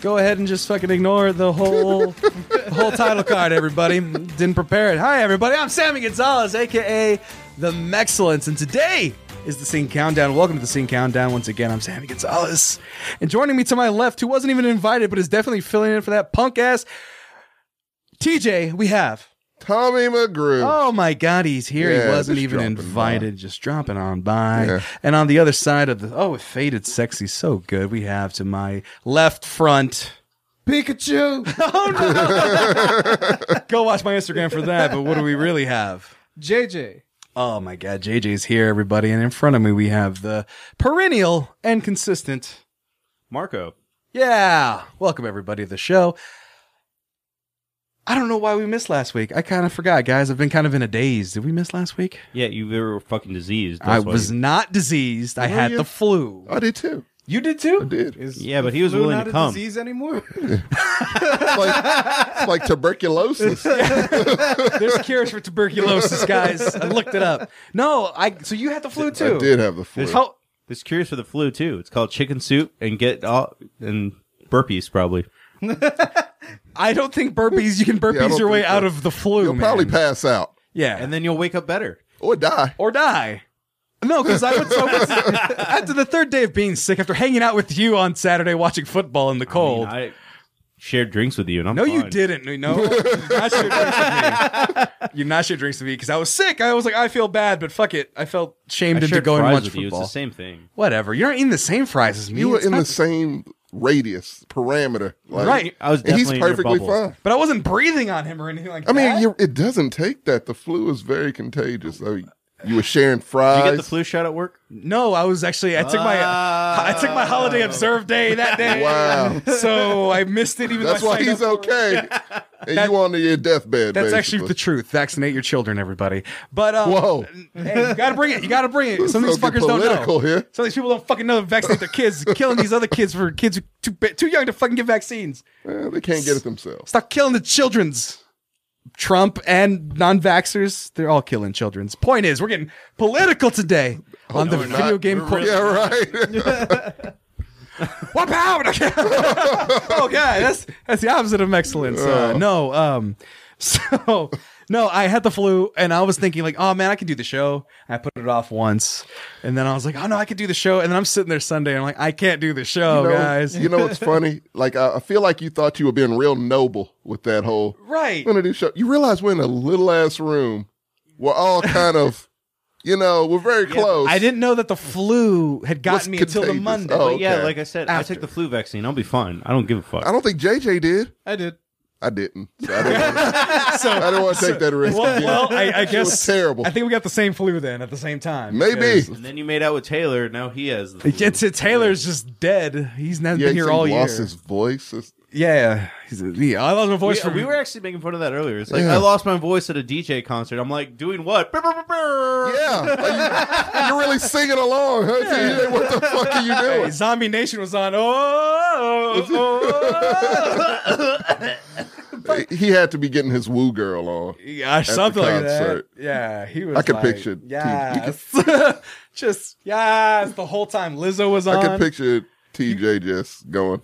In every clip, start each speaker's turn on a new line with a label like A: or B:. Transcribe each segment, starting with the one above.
A: Go ahead and just fucking ignore the whole the whole title card, everybody. Didn't prepare it. Hi, everybody. I'm Sammy Gonzalez, aka the Mexcellence, and today is the Scene Countdown. Welcome to the Scene Countdown once again. I'm Sammy Gonzalez, and joining me to my left, who wasn't even invited but is definitely filling in for that punk ass TJ. We have.
B: Tommy McGrew.
A: Oh my God, he's here. he
B: Yeah,
A: wasn't
B: just
A: even
B: dropping
A: invited, just dropping on by.
B: Yeah.
A: And on the other side of the oh, it faded sexy, so good. We have to my left front.
C: Pikachu,
A: Oh, Go watch my Instagram for that. But what do we really have?
C: JJ,
A: Oh my God, JJ's here, everybody. And in front of me, we have the perennial and consistent
D: Marco.
A: Yeah. Welcome everybody to the show. I don't know why we missed last week. I kind of forgot, guys. I've been kind of in a daze. Did we miss last week?
D: Yeah, you were fucking diseased.
A: I
D: that's why
A: was
D: you-
A: not diseased. I had
B: you?
A: the flu.
B: I did too.
A: You did
B: I
A: too?
B: did.
C: is
D: Yeah, but he was
C: flu
D: willing
C: not
D: to
C: a
D: come.
C: disease anymore.
B: It's like, it's like tuberculosis.
A: There's cures for tuberculosis, guys. I looked it up. No, I. So you had the flu too.
B: I did have the flu.
D: There's, there's cures for the flu too. It's called chicken soup and get all and burpees probably.
A: I don't think burpees. You can
B: Yeah, I
A: burpees
B: don't
A: your way
B: think so.
A: out of the flu.
B: You'll
A: man.
B: probably pass out
A: Yeah,
D: And then you'll wake up better.
B: or die.
A: or die. No, because I would. So I was- after the third day of being sick, after hanging out with you on Saturday watching football in the cold.
D: I, shared drinks with you and I'm
A: no, you
D: fine.
A: didn't. No, not your drinks with me. You not your drinks with me because I was sick. I was like, I feel bad, but fuck it. I felt
D: I
A: shamed into
D: shared
A: going to
D: fries
A: watch
D: with you. It's
A: football.
D: the same thing.
A: Whatever. You're not eating the same fries as me.
B: You were
A: It's
B: in
A: not
B: the same radius parameter, like,
A: Right.
D: I was
B: And he's
D: definitely in your
B: perfectly
D: bubble.
B: fine.
A: But I wasn't breathing on him or anything like
B: I
A: that.
B: mean, you it doesn't take that. The flu is very contagious. So you were sharing
D: Did
B: fries.
D: you get the flu shot at work?
A: no, I was actually I took my I took my holiday observed day that day.
B: Wow.
A: So I missed it. Even
B: That's
A: though I
B: why
A: signed
B: he's
A: up.
B: okay. and you on your deathbed.
A: That's actually
B: basically.
A: the truth. Vaccinate your children, everybody. But um,
B: Whoa.
A: hey, you gotta bring it. You gotta bring it. Some of these
B: Don't get
A: fuckers don't know.
B: political here.
A: Some of these people don't fucking know to vaccinate their kids. killing these other kids for kids who too ba- too young to fucking get vaccines.
B: Well, they can't get it themselves.
A: Stop killing the childrens. Trump and non-vaxxers, they're all killing childrens. Point is, we're getting political today
B: Oh,
A: on the video game. quote.
B: Yeah, right.
A: What power? oh yeah, that's that's the opposite of excellence. Uh, no, um, so no, I had the flu, and I was thinking like, oh man, I could do the show. I put it off once, and then I was like, oh no, I could do the show. And then I'm sitting there Sunday, and I'm like, I can't do the show,
B: you know,
A: Oh, guys.
B: You know what's funny? Like I, I feel like you thought you were being real noble with that whole
A: right?
B: we're gonna do show. You realize we're in a little ass room. We're all kind of, you know, we're very close.
A: I didn't know that the flu had
B: What's
A: gotten me until the
B: contagious?
A: Monday.
B: Oh.
D: But yeah,
B: Okay.
D: like I said,
A: After.
D: I took the flu vaccine. I'll be fine. I don't give a fuck.
B: I don't think JJ did.
C: I did.
B: I didn't. So I didn't, I didn't want to take that risk.
A: Well,
B: again.
A: well, I, I guess
B: was terrible.
A: I think we got the same flu then at the same time.
B: Maybe.
A: because-
D: and then you made out with Taylor. Now he has the flu.
A: It's, it's Taylor's just dead. He's not been
B: Yeah, he
A: here
B: said
A: all
B: he
A: year.
B: lost his voice. It's-
A: Yeah, he's a, yeah. I lost my voice.
D: We,
A: from,
D: we were actually making fun of that earlier. It's like
B: Yeah.
D: I lost my voice at a DJ concert. I'm like, doing what? Brr, brr, brr, brr.
B: Yeah, Like, you, are really singing along, huh? TJ? What the fuck are you
A: Hey,
B: doing?
A: Zombie Nation was on. Oh, oh,
B: He had to be getting his woo girl on.
A: oh. Gosh, something like that.
B: concert.
A: Yeah, he was.
B: I could
A: like,
B: picture T-
A: Yeah, just yes. The whole time Lizzo was on.
B: I can picture TJ just going.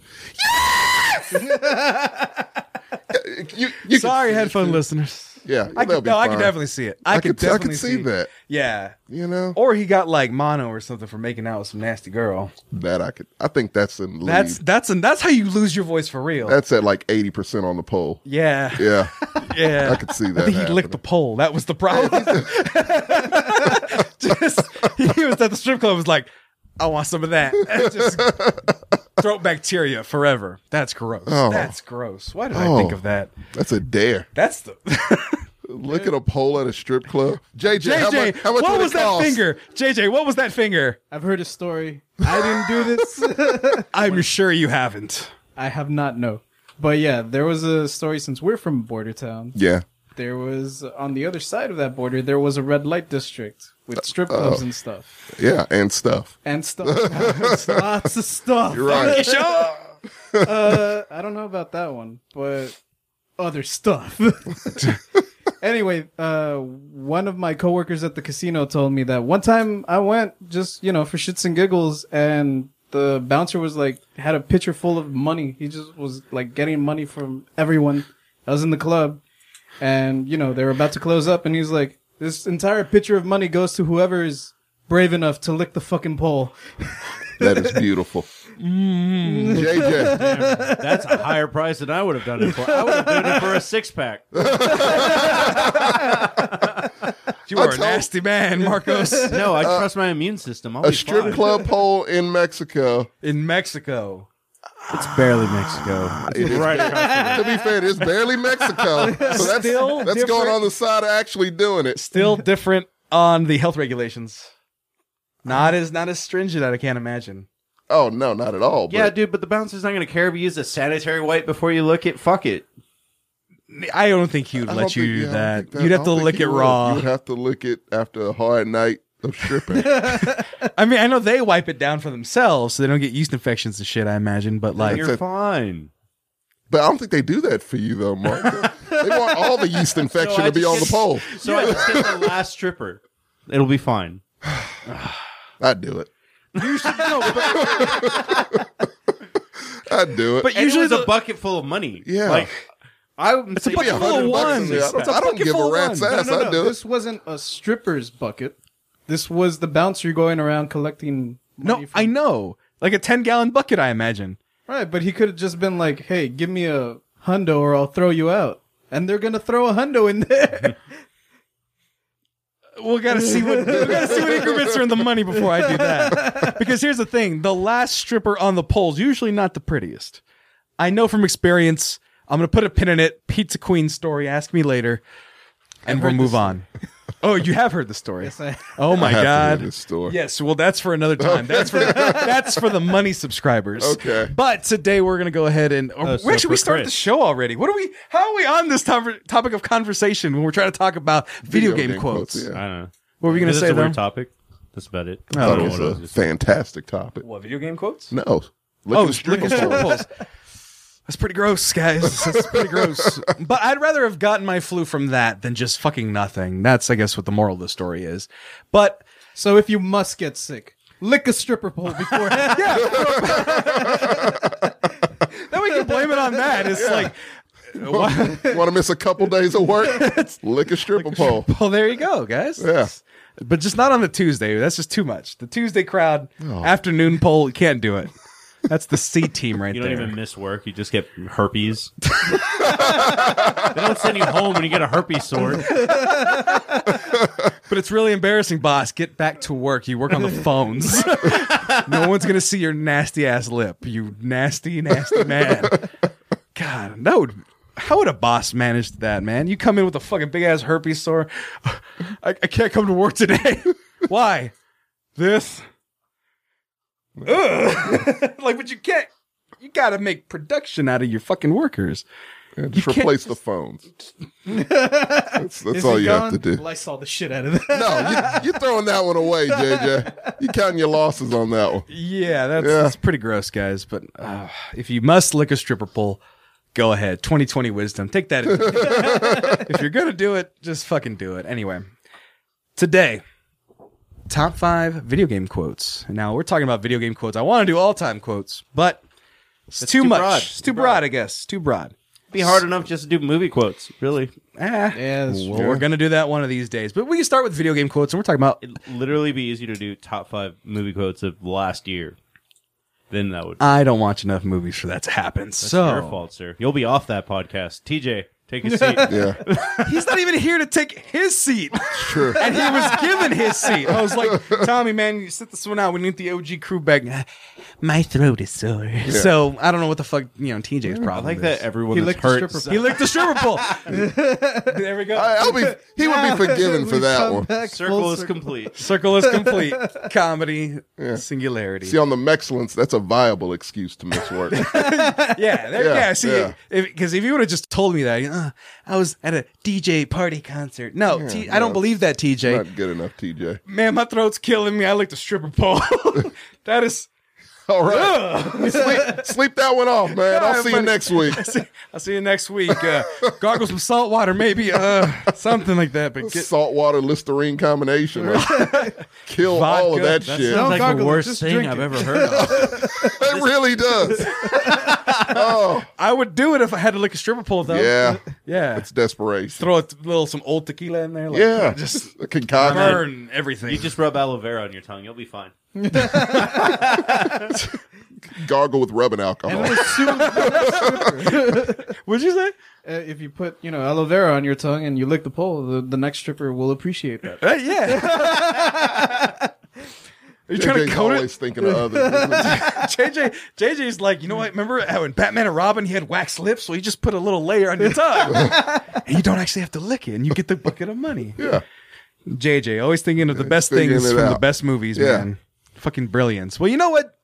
B: Yes! you, you
A: Sorry,
B: can,
A: headphone listeners.
B: Yeah,
A: I
B: that'll
A: could,
B: be
A: no, I could
B: fine.
A: definitely see it. Oh. I,
B: I
A: could
B: could- I could
A: definitely
B: see that.
A: Yeah,
B: You know
A: or he got like mono or something for making out with some nasty girl.
B: that I could. I think that's in. Lead.
A: That's
B: That's
A: that's and that's how you lose your voice for real.
B: that's at like eighty percent on the poll.
A: yeah,
B: Yeah,
A: yeah.
B: I could see that.
A: I think he licked the pole. That was the problem. just he was at the strip club. Was like, I want some of that. Just throat bacteria forever. That's gross.
B: Oh.
A: That's gross. Why did I
B: Oh.
A: think of that?
B: That's a dare.
A: That's the
B: Look at a poll at a strip club. JJ, how
A: JJ.
B: much, how much
A: what
B: would it
A: was that
B: cost?
A: finger? JJ, what was that finger?
C: I've heard a story. I didn't do this.
A: I'm sure you haven't.
C: I have not no. But yeah, there was a story since we're from border town.
B: Yeah,
C: There was on the other side of that border there was a red light district with strip clubs and stuff.
B: yeah, and stuff.
C: And stuff. Lots of stuff.
B: You're right.
A: Sure.
C: uh, I don't know about that one, but other stuff. anyway, uh, one of my coworkers at the casino told me that one time I went just you know for shits and giggles, and the bouncer was like had a pitcher full of money. He just was like getting money from everyone that was in the club, and you know they were about to close up, and he's like, "This entire pitcher of money goes to whoever is brave enough to lick the fucking pole."
B: That is beautiful.
A: Mm-hmm.
B: JJ,
D: That's a higher price than I would have done it for. I would have done it for a six pack.
A: You are a
B: told-
A: nasty man, Marcos.
D: No, I trust my immune system. I'll
B: a
D: be fine.
B: strip club pole in Mexico.
A: in Mexico.
D: It's barely Mexico. It's right across
B: To be fair, it's barely Mexico. So that's,
A: Still
B: that's going
A: different.
B: on the side of actually doing it.
A: Still different on the health regulations. Not as not as stringent, I can't imagine.
B: Oh, no, not at all.
D: Yeah,
B: But
D: dude, but the bouncer's not going to care if you use a sanitary wipe before you lick it. Fuck it.
A: I don't think he would
B: I don't
A: let you
B: think-
A: do
B: yeah, I don't
A: that.
B: think
A: You'd
B: I
A: have to
B: don't think
A: lick
B: you
A: it
B: would.
A: raw.
B: You would have to lick it after a hard night of stripping.
A: I mean, I know they wipe it down for themselves so they don't get yeast infections and shit, I imagine, but like
D: You're fine.
B: But I don't think they do that for you though, Mark. they want all the yeast infection
D: So I
B: to be
D: just
B: on the
D: get-
B: pole.
D: So I just get the last stripper. It'll be fine.
B: I'd do it.
D: You should know. But,
B: I'd do it.
A: But
D: usually
A: usually
D: it's
A: the
D: a bucket full of money.
B: Yeah.
D: Like, I would
A: It's a bucket
B: Yeah,
A: full of
B: 100 bucks in
A: ones.
B: there. I
A: It's a
B: don't, I don't
A: bucket
B: give
A: full
B: a
A: of
B: rat's
A: ones.
B: ass. I'd do it.
C: This wasn't a stripper's bucket. This was the bouncer going around collecting. Money
A: No,
C: from-
A: I know. Like a 10 gallon bucket, I imagine.
C: Right, but he could have just been like, "Hey, give me a hundo, or I'll throw you out." And they're gonna throw a hundo in there.
A: We'll gotta see what we gotta see what increments are in the money before I do that. Because here's the thing: the last stripper on the pole's usually not the prettiest. I know from experience. I'm gonna put a pin in it. Pizza Queen story. Ask me later, and we'll
C: heard
A: move
C: this
A: on. Oh, you have heard the story.
C: Yes, I-
A: oh my
B: I have to
A: god.
B: do this story.
A: Yes, well, that's for another time. That's for that's for the money subscribers.
B: Okay.
A: But today we're gonna go ahead and or,
D: Oh, so
A: where should we
D: for
A: start
D: Chris.
A: the show already? What are we? How are we on this tover- topic of conversation when we're trying to talk about video, game, quotes?
B: yeah.
D: I don't know.
A: What are we gonna
D: This is
A: say
D: a
A: though?
D: weird topic. That's about it.
A: I
B: I
A: don't
B: thought
A: know
B: it was a fantastic topic.
A: What video game quotes?
B: No. Lick
A: Oh,
B: the stripper
A: liquor store
B: pole.
A: poles. That's pretty gross, guys. That's pretty gross. But I'd rather have gotten my flu from that than just fucking nothing. That's, I guess, what the moral of the story is. But
C: so if you must get sick, lick a stripper pole before. yeah,
A: then we can blame it on that. It's like,
B: Want to miss a couple days of work? Lick a stripper pole.
A: well, there you go, guys.
B: Yeah.
A: But just not on the Tuesday. That's just too much. The Tuesday crowd, afternoon poll, you can't do it. That's the C team right
D: You
A: there.
D: don't even miss work. You just get herpes. they don't send you home when you get a herpes sore.
A: But it's really embarrassing, boss. Get back to work. You work on the phones. no one's gonna see your nasty ass lip. You nasty, nasty man. God, that would. How would a boss manage that, man? You come in with a fucking big ass herpes sore. I, I can't come to work today. Why? This. Ugh. like, but you can't. You gotta make production out of your fucking workers.
B: Yeah, just
A: can't
B: replace the phones. That's, that's all you have to do.
C: Lysol the shit out of that.
B: No, you, you're throwing that one away, JJ. You counting your losses on that one.
A: Yeah, that's,
B: Yeah.
A: that's pretty gross, guys. But uh, if you must lick a stripper pole, go ahead. 2020 wisdom. Take that. in. if you're going to do it, just fucking do it. Anyway, today, top five video game quotes. Now, we're talking about video game quotes. I want to do all time quotes, but it's too,
D: too
A: much.
D: broad.
A: It's too broad, I guess. Too broad.
D: be hard enough just to do movie quotes. Really,
A: Ah.
C: Yeah, that's
A: well,
C: true.
A: we're going to do that one of these days. But we can start with video game quotes, and we're talking about.
D: it'd literally be easier to do top five movie quotes of last year. Then that would.
A: I don't watch enough movies for that to happen. Uh, so
D: Your fault, sir. You'll be off that podcast. TJ, take a seat.
B: Yeah,
A: He's not even here to take his seat. Sure. And he was given his seat. I was like, Tommy, man, you sit this one out. We need the OG crew back. My throat is sore. So I don't know what the fuck, you know, TJ's
D: I
A: problem
D: like
A: is.
D: that everyone
C: He
D: that's
C: licked the
D: hurt.
C: stripper
A: He licked the stripper pole. there we go.
B: I, I'll be. He would be forgiven for
C: We've
B: that
C: come
B: one.
C: back
D: Circle
C: full
D: is complete.
A: Circle is complete. Comedy, singularity.
B: See, on the Mexcellence, that's a viable excuse to miss work.
A: yeah, there, yeah,
B: Yeah,
A: See,
B: yeah.
A: because if, you would have just told me that, uh, I was at a DJ party concert. No, T- I don't
B: no,
A: believe that, TJ.
B: Not good enough, TJ.
A: man, my throat's killing me. I like the stripper pole. that is
B: All right. sleep, sleep that one off, man. I'll see you
A: everybody.
B: next week.
A: I'll see you next week. Uh, gargle some salt water, maybe uh, something like that. But get
B: Saltwater Listerine combination. man. Kill all of
A: Vodka.
B: that
A: That's
B: shit.
C: Don't
D: Sounds like
C: gargle
D: the
C: it,
D: worst
C: just
D: thing
C: drink
D: I've
C: it.
D: ever heard of.
B: It really does. oh,
A: I would do it if I had to lick a stripper pole, though.
B: yeah.
A: yeah.
B: It's desperation.
A: Throw a t- little some old tequila in there. Like,
B: Yeah. Just a concoction.
A: burn everything.
D: You just rub aloe vera on your tongue, you'll be fine.
B: Gargle with rubbing alcohol.
A: What'd you say?
C: Uh, if you put you know aloe vera on your tongue and you lick the pole, the, the next stripper will appreciate that.
A: Uh, yeah. Are you trying to
B: JJ's
A: coat it?
B: always thinking of others.
A: JJ, JJ's like, you know what? Remember how in Batman and Robin he had wax lips? So he just put a little layer on your tongue, and you don't actually have to lick it, and you get the bucket of money.
B: yeah.
A: JJ, always thinking of the best
B: figuring
A: things
B: it
A: from the
B: out.
A: best movies,
B: Yeah.
A: man. Fucking brilliance. Well, you know what?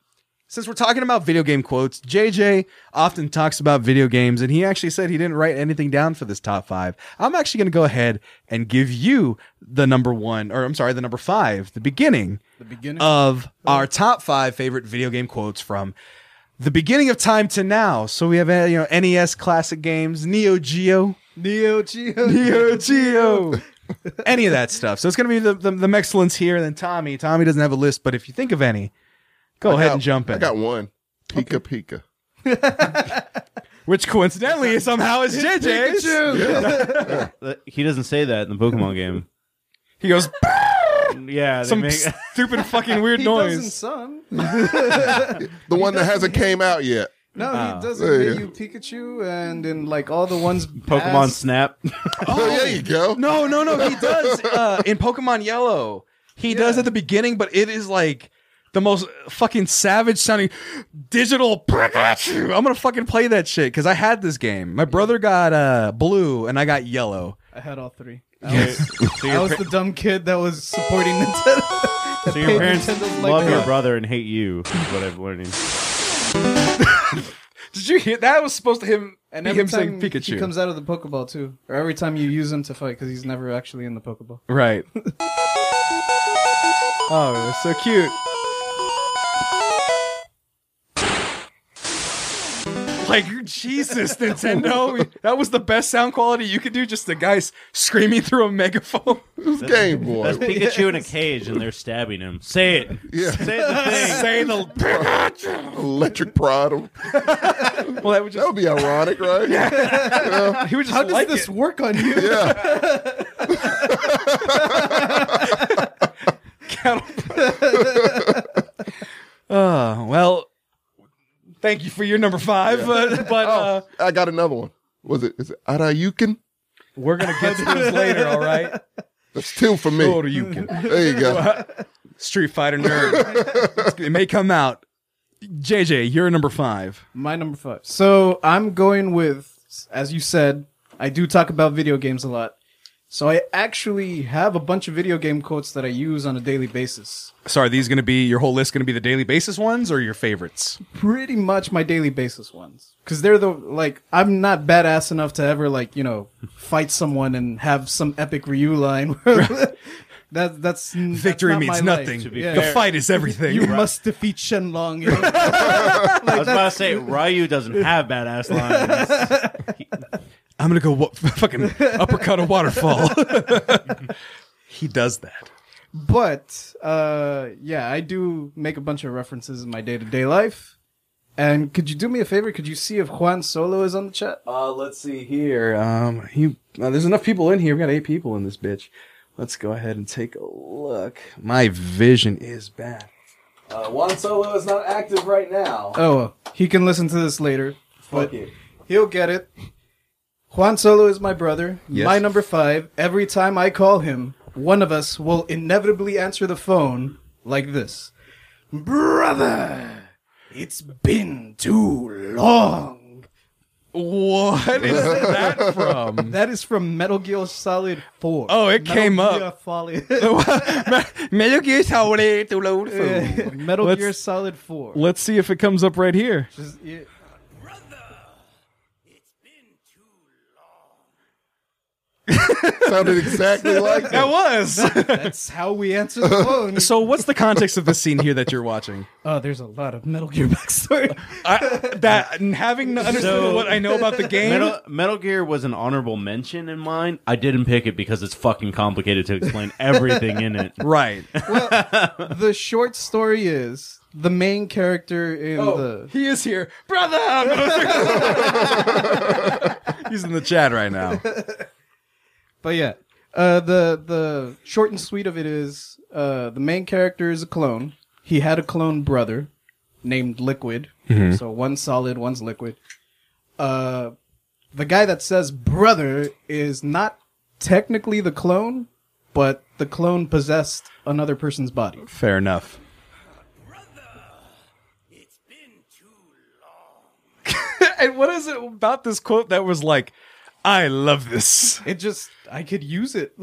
A: Since we're talking about video game quotes, JJ often talks about video games, and he actually said he didn't write anything down for this top five. I'm actually going to go ahead and give you the number one, or I'm sorry, the number five, the beginning
C: The beginning.
A: of our top five favorite video game quotes from the beginning of time to now. So we have uh, you know NES classic games, Neo Geo,
C: Neo Geo.
A: Neo Geo, any of that stuff. So it's gonna be the the, the excellence here. And then Tommy, Tommy doesn't have a list, but if you think of any, go ahead and jump in.
B: I got one. Pika Pika.
A: Which coincidentally somehow is JJ's.
D: Uh, He doesn't say that in the Pokemon game.
A: He goes
D: Yeah, they
A: some
D: make,
A: stupid fucking weird
C: He doesn't
A: noise.
C: some.
A: Oh,
B: The one that hasn't came out yet.
C: No, he does it
B: There you
C: in you Pikachu and in like all the ones
D: Pokemon
C: past-
D: Snap.
B: there you go.
A: Oh. No, no, no. He does uh, in Pokemon Yellow. He does at the beginning, but it is like the most fucking savage sounding digital Pikachu. I'm gonna fucking play that shit because I had this game. My brother got uh, blue and I got yellow.
C: I had all three.
D: so
C: I
D: your,
C: was
D: pa-
C: the dumb kid that was supporting Nintendo.
D: so your parents
C: Nintendo's like
D: love
C: that.
D: your brother and hate you. Is what I'm learning.
A: Did you hear? That was supposed to him and
C: And
A: be
C: every
A: him saying
C: time he
A: Pikachu.
C: comes out of the Pokeball too, or every time you use him to fight, because he's never actually in the Pokeball.
A: right. oh, it's so cute. Like Jesus, Nintendo! That was the best sound quality you could do. Just the guys screaming through a megaphone.
B: It's Game
D: That's
B: Boy.
D: Pikachu in a cage, and they're stabbing him. Say it.
B: Yeah.
D: Say the thing.
A: saying the
B: Electric Pride.
A: well, that would
B: That
A: just
B: would be ironic, right? Yeah.
A: he would just
C: How does
A: like it.
C: this work on you?
A: Uh, well, thank you for your number five, but, but uh,
B: I got another one. Was it? Is it Arayukin?
A: we're gonna get to this later. All right,
B: That's two for me.
A: Shoryuken,
B: There you go.
A: Street Fighter nerd. it may come out. JJ, you're number five.
C: My number five. So I'm going with, as you said, I do talk about video games a lot. So I actually have a bunch of video game quotes that I use on a daily basis.
A: So are these gonna be your whole list? Gonna be the daily basis ones or your favorites?
C: Pretty much my daily basis ones. Cause they're the, like, I'm not badass enough to ever, like, you know, fight someone and have some epic Ryu line. that, that's,
A: Victory
C: that's not
A: means
C: my life.
A: nothing.
D: to be
A: the
D: fair.
A: fight is everything.
C: You must defeat Shenlong. You know?
D: I was about to say Ryu doesn't have badass lines.
A: I'm gonna go wa- fucking uppercut a waterfall. he does that.
C: but uh, yeah, I do make a bunch of references in my day to day life. And could you do me a favor? Could you see if Juan Solo is on the chat?
A: Uh, let's see here. Um, he, uh, there's enough people in here. We got eight people in this bitch. Let's go ahead and take a look. My vision is bad. Uh, Juan Solo is not active right now.
C: Oh, well, he can listen to this later. But
A: Fuck it.
C: he'll get it. Juan Solo is my brother.
A: Yes.
C: My number five. Every time I call him, one of us will inevitably answer the phone like this Brother, it's been too long.
A: What is that from?
C: That is from Metal Gear Solid 4.
A: Oh, it
C: Metal
A: came up.
C: Gear Solid.
A: Metal Gear Solid to load
C: Yeah,
A: food.
C: Metal
A: Let's-
C: Gear Solid 4.
A: Let's see if it comes up right here.
C: Just- yeah.
B: Sounded exactly like
A: That
B: that.
A: was.
C: That's how we answer the phone.
A: so, what's the context of the scene here that you're watching?
C: Oh, there's a lot of Metal Gear backstory.
A: I, that and having understood
D: So-
A: what I know about the game,
D: Metal, Metal Gear was an honorable mention in mine. I didn't pick it because it's fucking complicated to explain everything in it.
A: right?
C: the short story is the main character in the
A: Oh, he is here, brother. He's in the chat right now.
C: But yeah, uh, the the short and sweet of it is uh, the main character is a clone. He had a clone brother named Liquid. So one's solid, one's liquid. Uh, the guy that says brother is not technically the clone, but the clone possessed another person's body.
A: Fair enough. and what is it about this quote that was like, I love this?
C: It just I could use it.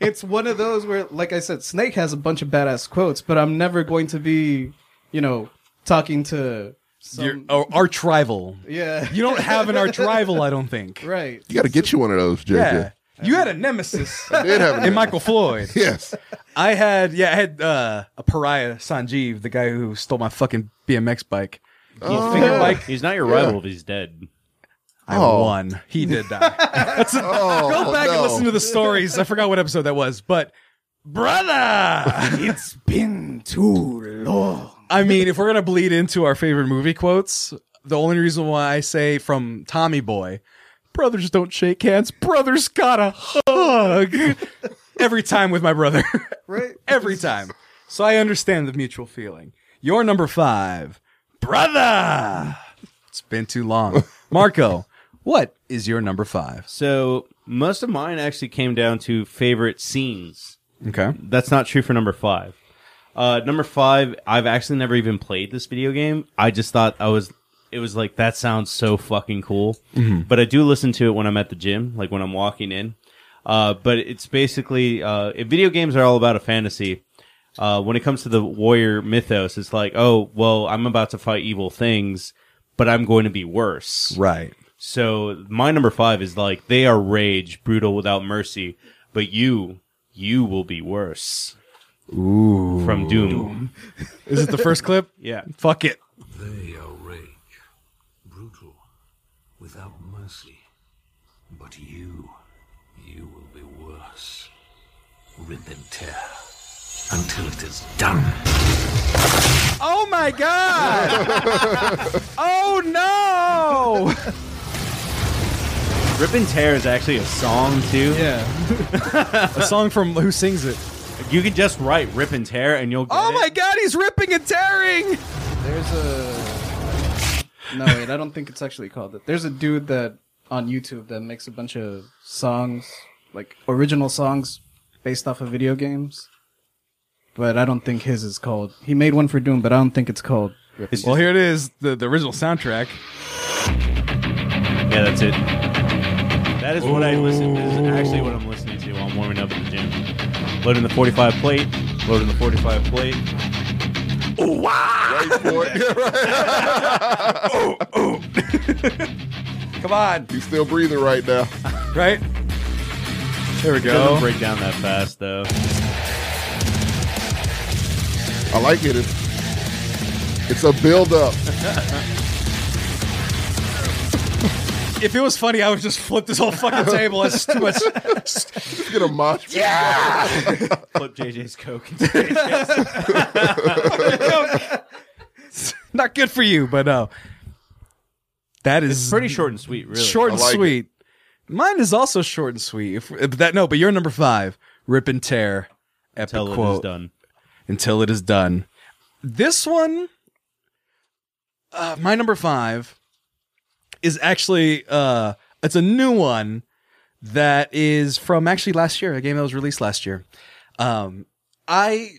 C: it's one of those where, like I said, Snake has a bunch of badass quotes, but I'm never going to be, you know, talking to some
A: Your, or arch rival.
C: Yeah.
A: You don't have an arch rival, I don't think.
C: right.
B: You got to get you one of those, JJ.
A: Yeah. You had a nemesis
B: Did have a
A: in
B: name.
A: Michael Floyd.
B: Yes.
A: I had, yeah, I had uh, a pariah, Sanjeev, the guy who stole my fucking BMX bike.
D: He's-
A: Finger bike.
D: He's not your rival if he's dead.
A: I
B: Oh.
A: won. He did die. That's a,
B: Oh,
A: go back and
B: no.
A: listen to the stories. I forgot what episode that was, but brother,
C: It's been too long.
A: I mean, if we're gonna bleed into our favorite movie quotes, the only reason why I say from Tommy Boy, brothers don't shake hands. Brothers gotta hug every time with my brother,
C: Right?
A: every time. So I understand the mutual feeling. Your number five, brother. It's been too long, Marco. What is your number five?
D: So most of mine actually came down to favorite scenes.
A: Okay.
D: That's not true for number five. Uh, number five, I've actually never even played this video game. I just thought I was. It was like that sounds so fucking cool. But I do listen to it when I'm at the gym, like when I'm walking in. Uh, but it's basically uh, if video games are all about a fantasy. Uh, when it comes to the warrior mythos, it's like, oh, well, I'm about to fight evil things, but I'm going to be worse.
A: Right.
D: So my number five is like they are rage, brutal without mercy, but you, you will be worse. Ooh, from Doom.
A: Is it the first clip?
D: Yeah,
A: Fuck it.
E: They are rage, brutal, without mercy. But you, you will be worse. Rip and tear until it is done.
A: Oh my god! oh no!
D: Rip and Tear is actually a song too.
C: Yeah.
A: A song from who sings it?
D: You can just write Rip and Tear, and you'll. Get
A: Oh
D: it.
A: my god, he's ripping and tearing!
C: There's a No wait, I don't think it's actually called that. There's a dude that on YouTube that makes a bunch of songs, like original songs based off of video games. But I don't think his is called. He made one for Doom, but I don't think it's called.
A: Well, here it is, the, the original soundtrack.
D: Yeah, that's it. That is what I listen. This is actually what I'm listening to while I'm warming up at the gym. Loading the 45 plate. Loading the 45 plate.
B: Wait for it. Yeah, right.
A: Come on,
B: He's still breathing right now.
A: right? There we
D: Doesn't
A: go.
D: break down that fast though.
B: I like it. It's, it's a build up.
A: If it was funny, I would just flip this whole fucking table. That's too much.
B: Get a mosh. pit.
D: Flip JJ's coke.
A: Not good for you, but no. That is
D: Pretty short and sweet, really.
A: short and
B: I like it.
A: sweet. Mine is also short and sweet. If, if that no, but you're number five. Rip and tear. Epic
D: Tell it
A: quote.
D: is done.
A: until it is done. This one, uh, my number five, is actually uh, it's a new one that is from actually last year, a game that was released last year. Um, I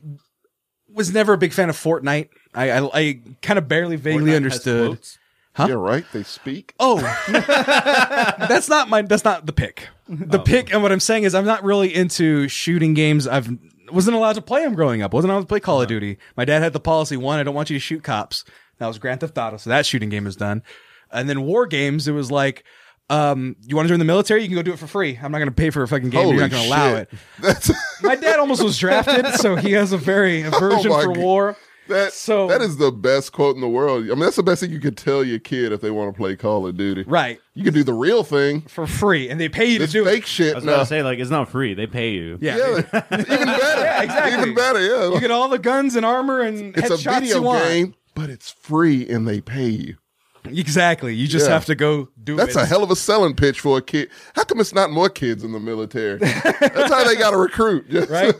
A: was never a big fan of Fortnite. I I, I kind of barely vaguely
D: Fortnite has
A: understood.
D: quotes.
B: Yeah, right. They speak.
A: Oh, that's not my. That's not the pick. The
B: Oh.
A: pick, and what I'm saying is, I'm not really into shooting games. I've wasn't allowed to play them growing up. wasn't allowed to play Call
B: Uh-huh.
A: of Duty. My dad had the policy: one, I don't want you to shoot cops. That was Grand Theft Auto, so that shooting game is done. And then war games, it was like Um, you want to join the military? You can go do it for free. I'm not going to pay for a fucking game.
B: Holy
A: You're not going to allow it.
B: shit. That's
A: My dad almost was drafted, so he has a very aversion
B: Oh my
A: for
B: God.
A: war.
B: that.
A: So-
B: that is the best quote in the world. I mean, that's the best thing you could tell your kid if they want to play Call of Duty.
A: Right.
B: You can do the real thing.
A: For free, and they pay you
B: This
A: to do it.
B: fake
D: I
B: shit.
D: was going
B: No.
D: to say, like, it's not free. They pay you.
A: Yeah.
B: Yeah. even better.
A: exactly.
B: Even better. Yeah.
A: You get all the guns and armor and
B: it's a
A: headshots
B: video
A: you want.
B: game, but it's free and they pay you.
A: Exactly. You just
B: Yeah.
A: have to go do
B: That's
A: it.
B: a hell of a selling pitch for a kid. How come it's not more kids in the military? That's how they got to recruit. Just-
A: right?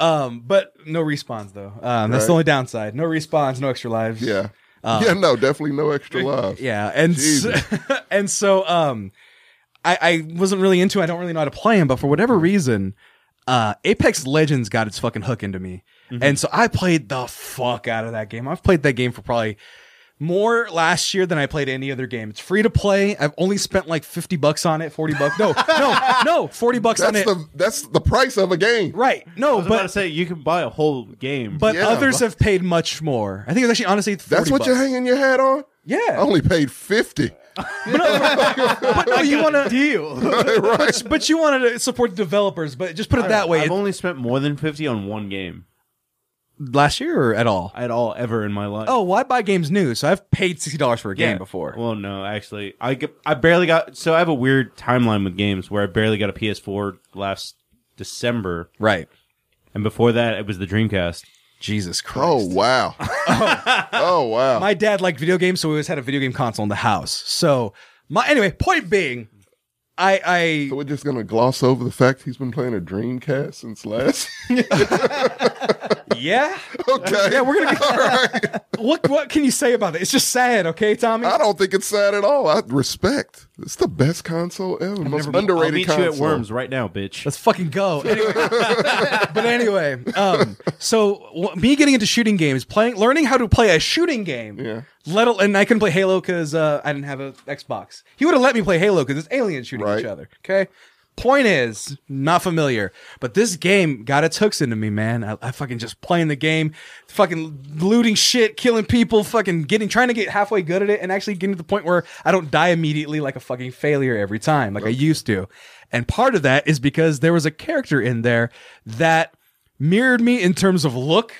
A: um, but no respawns though. Um, that's the
B: Right.
A: only downside. No respawns, no extra lives.
B: Yeah. yeah. No, definitely no extra lives.
A: Uh, yeah, and so, and so um, I I wasn't really into. it. I don't really know how to play him, but for whatever
B: Mm-hmm.
A: reason, uh, Apex Legends got its fucking hook into me,
B: Mm-hmm.
A: and so I played the fuck out of that game. I've played that game for probably. More last year than I played any other game. It's free to play. I've only spent like 50 bucks on it, 40 bucks. No, no, no, 40 bucks on
B: That's
A: it.
B: the that's the price of a game.
A: right.
D: I
A: No,
D: was about
A: but
D: to say, you can buy a whole game.
A: But
B: Yeah.
A: others have paid much more. I think it was actually honestly. 40
B: That's what
A: bucks.
B: you're hanging Oh, your hat on. I
A: Yeah,
B: only paid fifty.
A: but no, you want to,
C: Deal.
B: right.
A: but you wanted to support developers. But just put it that way.
D: I've only spent more than 50 on one game
A: Last year or at all?
D: at all ever in my life.
A: Oh, well, I buy games new, so I've paid sixty dollars for a game
D: Yeah.
A: before.
D: Well, no, actually, I get, I barely got. So I have a weird timeline with games where I barely got a PS4 last December,
A: right.
D: and before that, it was the Dreamcast.
A: Jesus Christ.
B: Oh wow. oh wow.
A: My dad liked video games, so we always had a video game console in the house. So my anyway, point being, I I
B: so we're just gonna gloss over the fact he's been playing a Dreamcast since last.
A: yeah
B: okay.
A: yeah we're gonna get, what what can you say about it? It's just sad, okay, Tommy.
B: I don't think it's sad at all. I respect. It's the best console ever. Most underrated
D: I'll meet
B: console.
D: you at Worms right now, bitch.
A: Let's fucking go. Anyway. but anyway, um, so w- me getting into shooting games, playing, learning how to play a shooting game.
B: Yeah.
A: Let al- and I couldn't play Halo because uh, I didn't have an Xbox. He would have let me play Halo because it's aliens shooting
B: Right.
A: each other. Okay. Point is, not familiar, but this game got its hooks into me, man. I, I fucking just playing the game, fucking looting shit, killing people, fucking getting, trying to get halfway good at it, and actually getting to the point where I don't die immediately like a fucking failure every time, like I used to. And part of that is because there was a character in there that mirrored me in terms of look.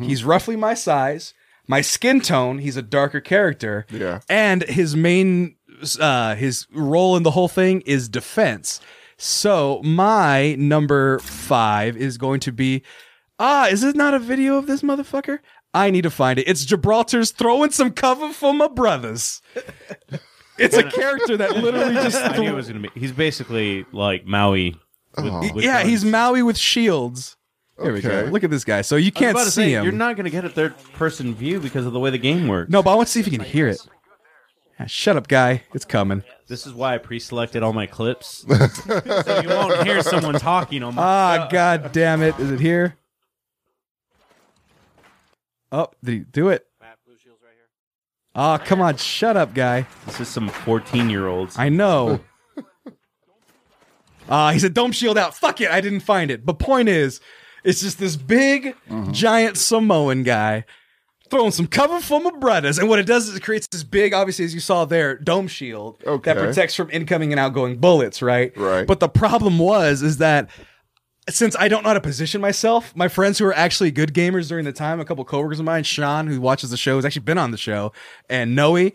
A: He's roughly my size, my skin tone. He's a darker character.
B: Yeah.
A: And his main, uh, his role in the whole thing is defense. So my number five is going to be, ah, is it not a video of this motherfucker? I need to find it. It's Gibraltar's throwing some cover for my brothers. It's a character that literally just
D: I knew it was gonna be. He's basically like Maui. With, with
A: Oh. yeah,
D: guns.
A: he's Maui with shields. There we go.
B: Okay.
A: Look at this guy. So you
D: I was
A: can't
D: about to
A: see
D: say,
A: him.
D: You're not gonna get a third person view because of the way the game works.
A: No, but I want to see if you can hear it. Ah, Shut up, guy. It's coming.
D: This is why I pre-selected all my clips, so you won't hear someone talking on my.
A: Ah, god damn it. Is it here? Oh, did he do it? Ah, come on. Shut up, guy.
D: this is some 14 year olds.
A: I know. Ah, he said dome shield out. Fuck it, I didn't find it. But point is, it's just this big, giant Samoan guy throwing some cover for my brothers. And what it does is it creates this big, obviously, as you saw there, dome shield
B: Okay.
A: that protects from incoming and outgoing bullets, right?
B: Right.
A: But the problem was is that since I don't know how to position myself, my friends who are actually good gamers during the time, a couple coworkers of mine, Sean, who watches the show, has actually been on the show, and Noe,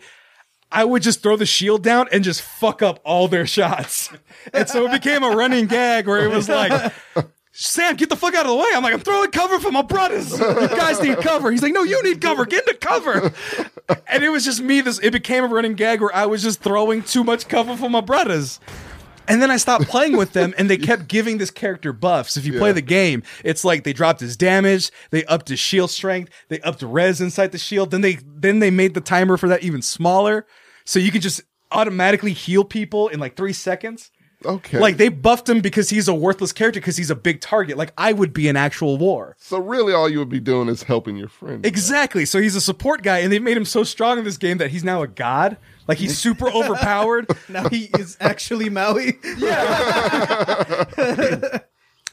A: I would just throw the shield down and just fuck up all their shots. And so it became a running gag where it was like, Sam, get the fuck out of the way. I'm like, I'm throwing cover for my brothers. You guys need cover. He's like, no, you need cover. Get into cover. And it was just me. This it became a running gag where I was just throwing too much cover for my brothers. And then I stopped playing with them, and they kept giving this character buffs. If you play
B: Yeah.
A: the game, it's like they dropped his damage, they upped his shield strength, they upped res inside the shield. Then they then they made the timer for that even smaller, so you could just automatically heal people in like three seconds.
B: Okay.
A: Like they buffed him because he's a worthless character because he's a big target. Like I would be in actual war.
B: so really, all you would be doing is helping your friend.
A: Exactly. So he's a support guy, and they've made him so strong in this game that he's now a god. Like he's super overpowered.
C: now he is actually Maui.
A: Yeah.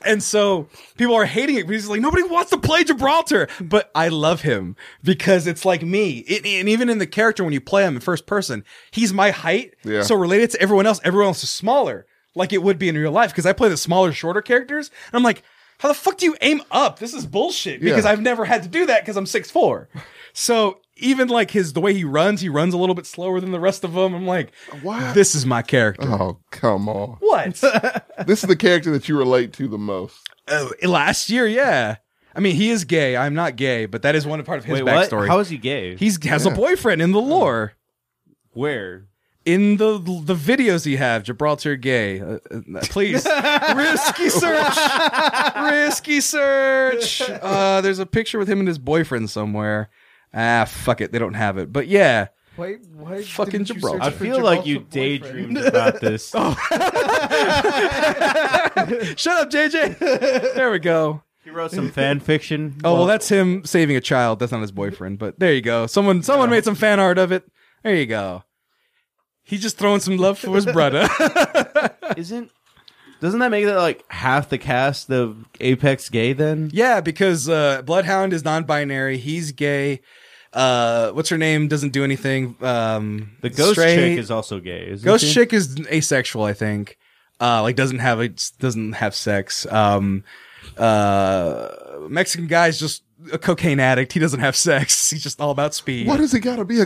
A: And so people are hating it. But he's like, nobody wants to play Gibraltar. But I love him because it's like me. It, and even in the character, when you play him in first person, he's my height.
B: Yeah.
A: So related to everyone else, everyone else is smaller, like it would be in real life. Because I play the smaller, shorter characters. And I'm like, how the fuck do you aim up? This is bullshit. Because
B: Yeah.
A: I've never had to do that because I'm 6'4. So even like his the way he runs, he runs a little bit slower than the rest of them. I'm like,
B: What?
A: this is my character.
B: Oh, come on.
A: What?
B: This is the character that you relate to the most.
A: Oh, last year, yeah. I mean, he is gay. I'm not gay, but that is one part of his
D: Wait, what?
A: backstory.
D: How is he gay?
A: He's has a boyfriend in the lore.
D: where?
A: In the the videos you have, Gibraltar gay. Uh, uh, please, risky search, risky search. Uh, there's a picture with him and his boyfriend somewhere. Ah, fuck it, they don't have it. But yeah,
C: Why, why
A: Fucking
C: didn't you
A: Gibraltar.
C: search
D: I
C: for
D: feel like
C: Gibraltar
D: you
C: boyfriend?
D: daydreamed about this.
A: Oh. shut up, JJ. there we go.
D: You wrote some fan fiction.
A: Oh well, that's him saving a child. That's not his boyfriend, but there you go. Someone someone made some fan art of it. There you go. He's just throwing some love for his brother.
D: isn't. Doesn't that make that like half the cast of Apex gay then?
A: yeah, because uh, Bloodhound is non-binary. He's gay. Uh, what's her name? Doesn't do anything. Um,
D: The ghost
A: straight-
D: chick is also gay. Isn't
A: ghost
D: she?
A: chick is asexual. I think. Uh, like doesn't have a, doesn't have sex. Um, uh, Mexican guy's just a cocaine addict. He doesn't have sex. He's just all about speed.
B: What does it got to be a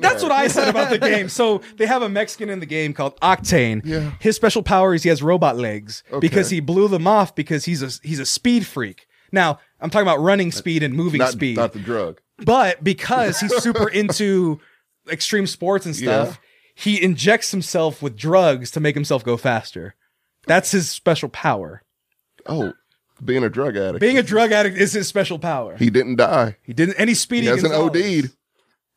A: That's what
B: addict?
A: I said about the game. So they have a Mexican in the game called Octane.
B: Yeah.
A: His special power is he has robot legs because
B: Okay.
A: he blew them off because he's a he's a speed freak. Now I'm talking about running speed and moving
B: Not,
A: speed,
B: not the drug.
A: but because he's super into extreme sports and stuff, he injects himself with drugs to make himself go faster. That's his special power.
B: Oh, being a drug addict.
A: Being a drug addict is his special power. He,
B: he didn't die.
A: didn't any speedy.
B: He hasn't
A: Gonzalez.
B: OD'd.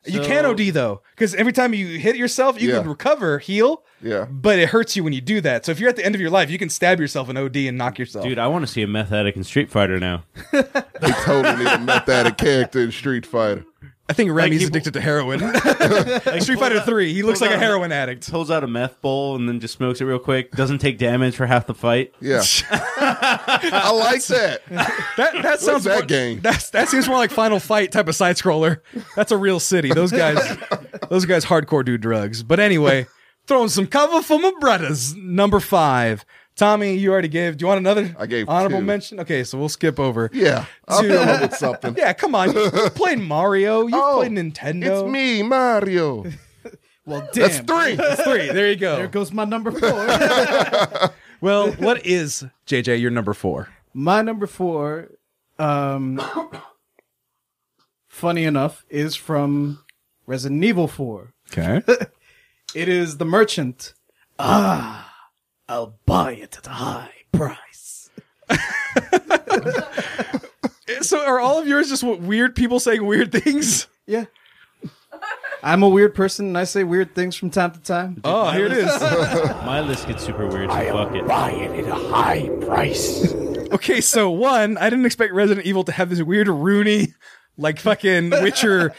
A: You can OD though, because every time you hit yourself, you
B: Yeah.
A: can recover, heal,
B: Yeah.
A: but it hurts you when you do that. So if you're at the end of your life, you can stab yourself in OD and knock yourself.
D: Dude, I want to see a meth addict in Street Fighter now.
B: They totally need a meth addict character in Street Fighter.
A: I think Remy's
D: he-
A: addicted to heroin. Street Fighter Three, he looks like
D: hold
A: a
D: on.
A: heroin addict.
D: Pulls out a meth bowl and then just smokes it real quick. Doesn't take damage for half the fight.
B: Yeah. I like that.
A: That that sounds
B: that
A: more-
B: game?
A: That's, that seems more like Final Fight type of side scroller. That's a real city. Those guys, those guys hardcore do drugs. But anyway, throwing some cover for my brothers. Number five, Tommy, you already gave. Do you want another?
B: I gave
A: honorable
B: two.
A: mention. Okay, so we'll skip over.
B: Yeah. I'll
A: To-
B: come up with something.
A: Yeah, come on. You played Mario. You
B: Oh,
A: played Nintendo.
B: It's me, Mario.
C: Well,
B: That's
C: damn.
B: three.
A: It's three. There you go.
C: There goes my number four.
A: Well, what is JJ your number four?
C: my number four, um, funny enough, is from Resident Evil 4.
A: Okay.
C: It is The Merchant. Ah, I'll buy it at a high price.
A: so are all of yours just what weird people saying weird things?
C: Yeah. I'm a weird person and I say weird things from time to time.
A: Oh, here it is.
D: My list gets super weird. So fuck it.
E: Buy it at a high price.
A: okay, so one, I didn't expect Resident Evil to have this weird Rooney, like fucking Witcher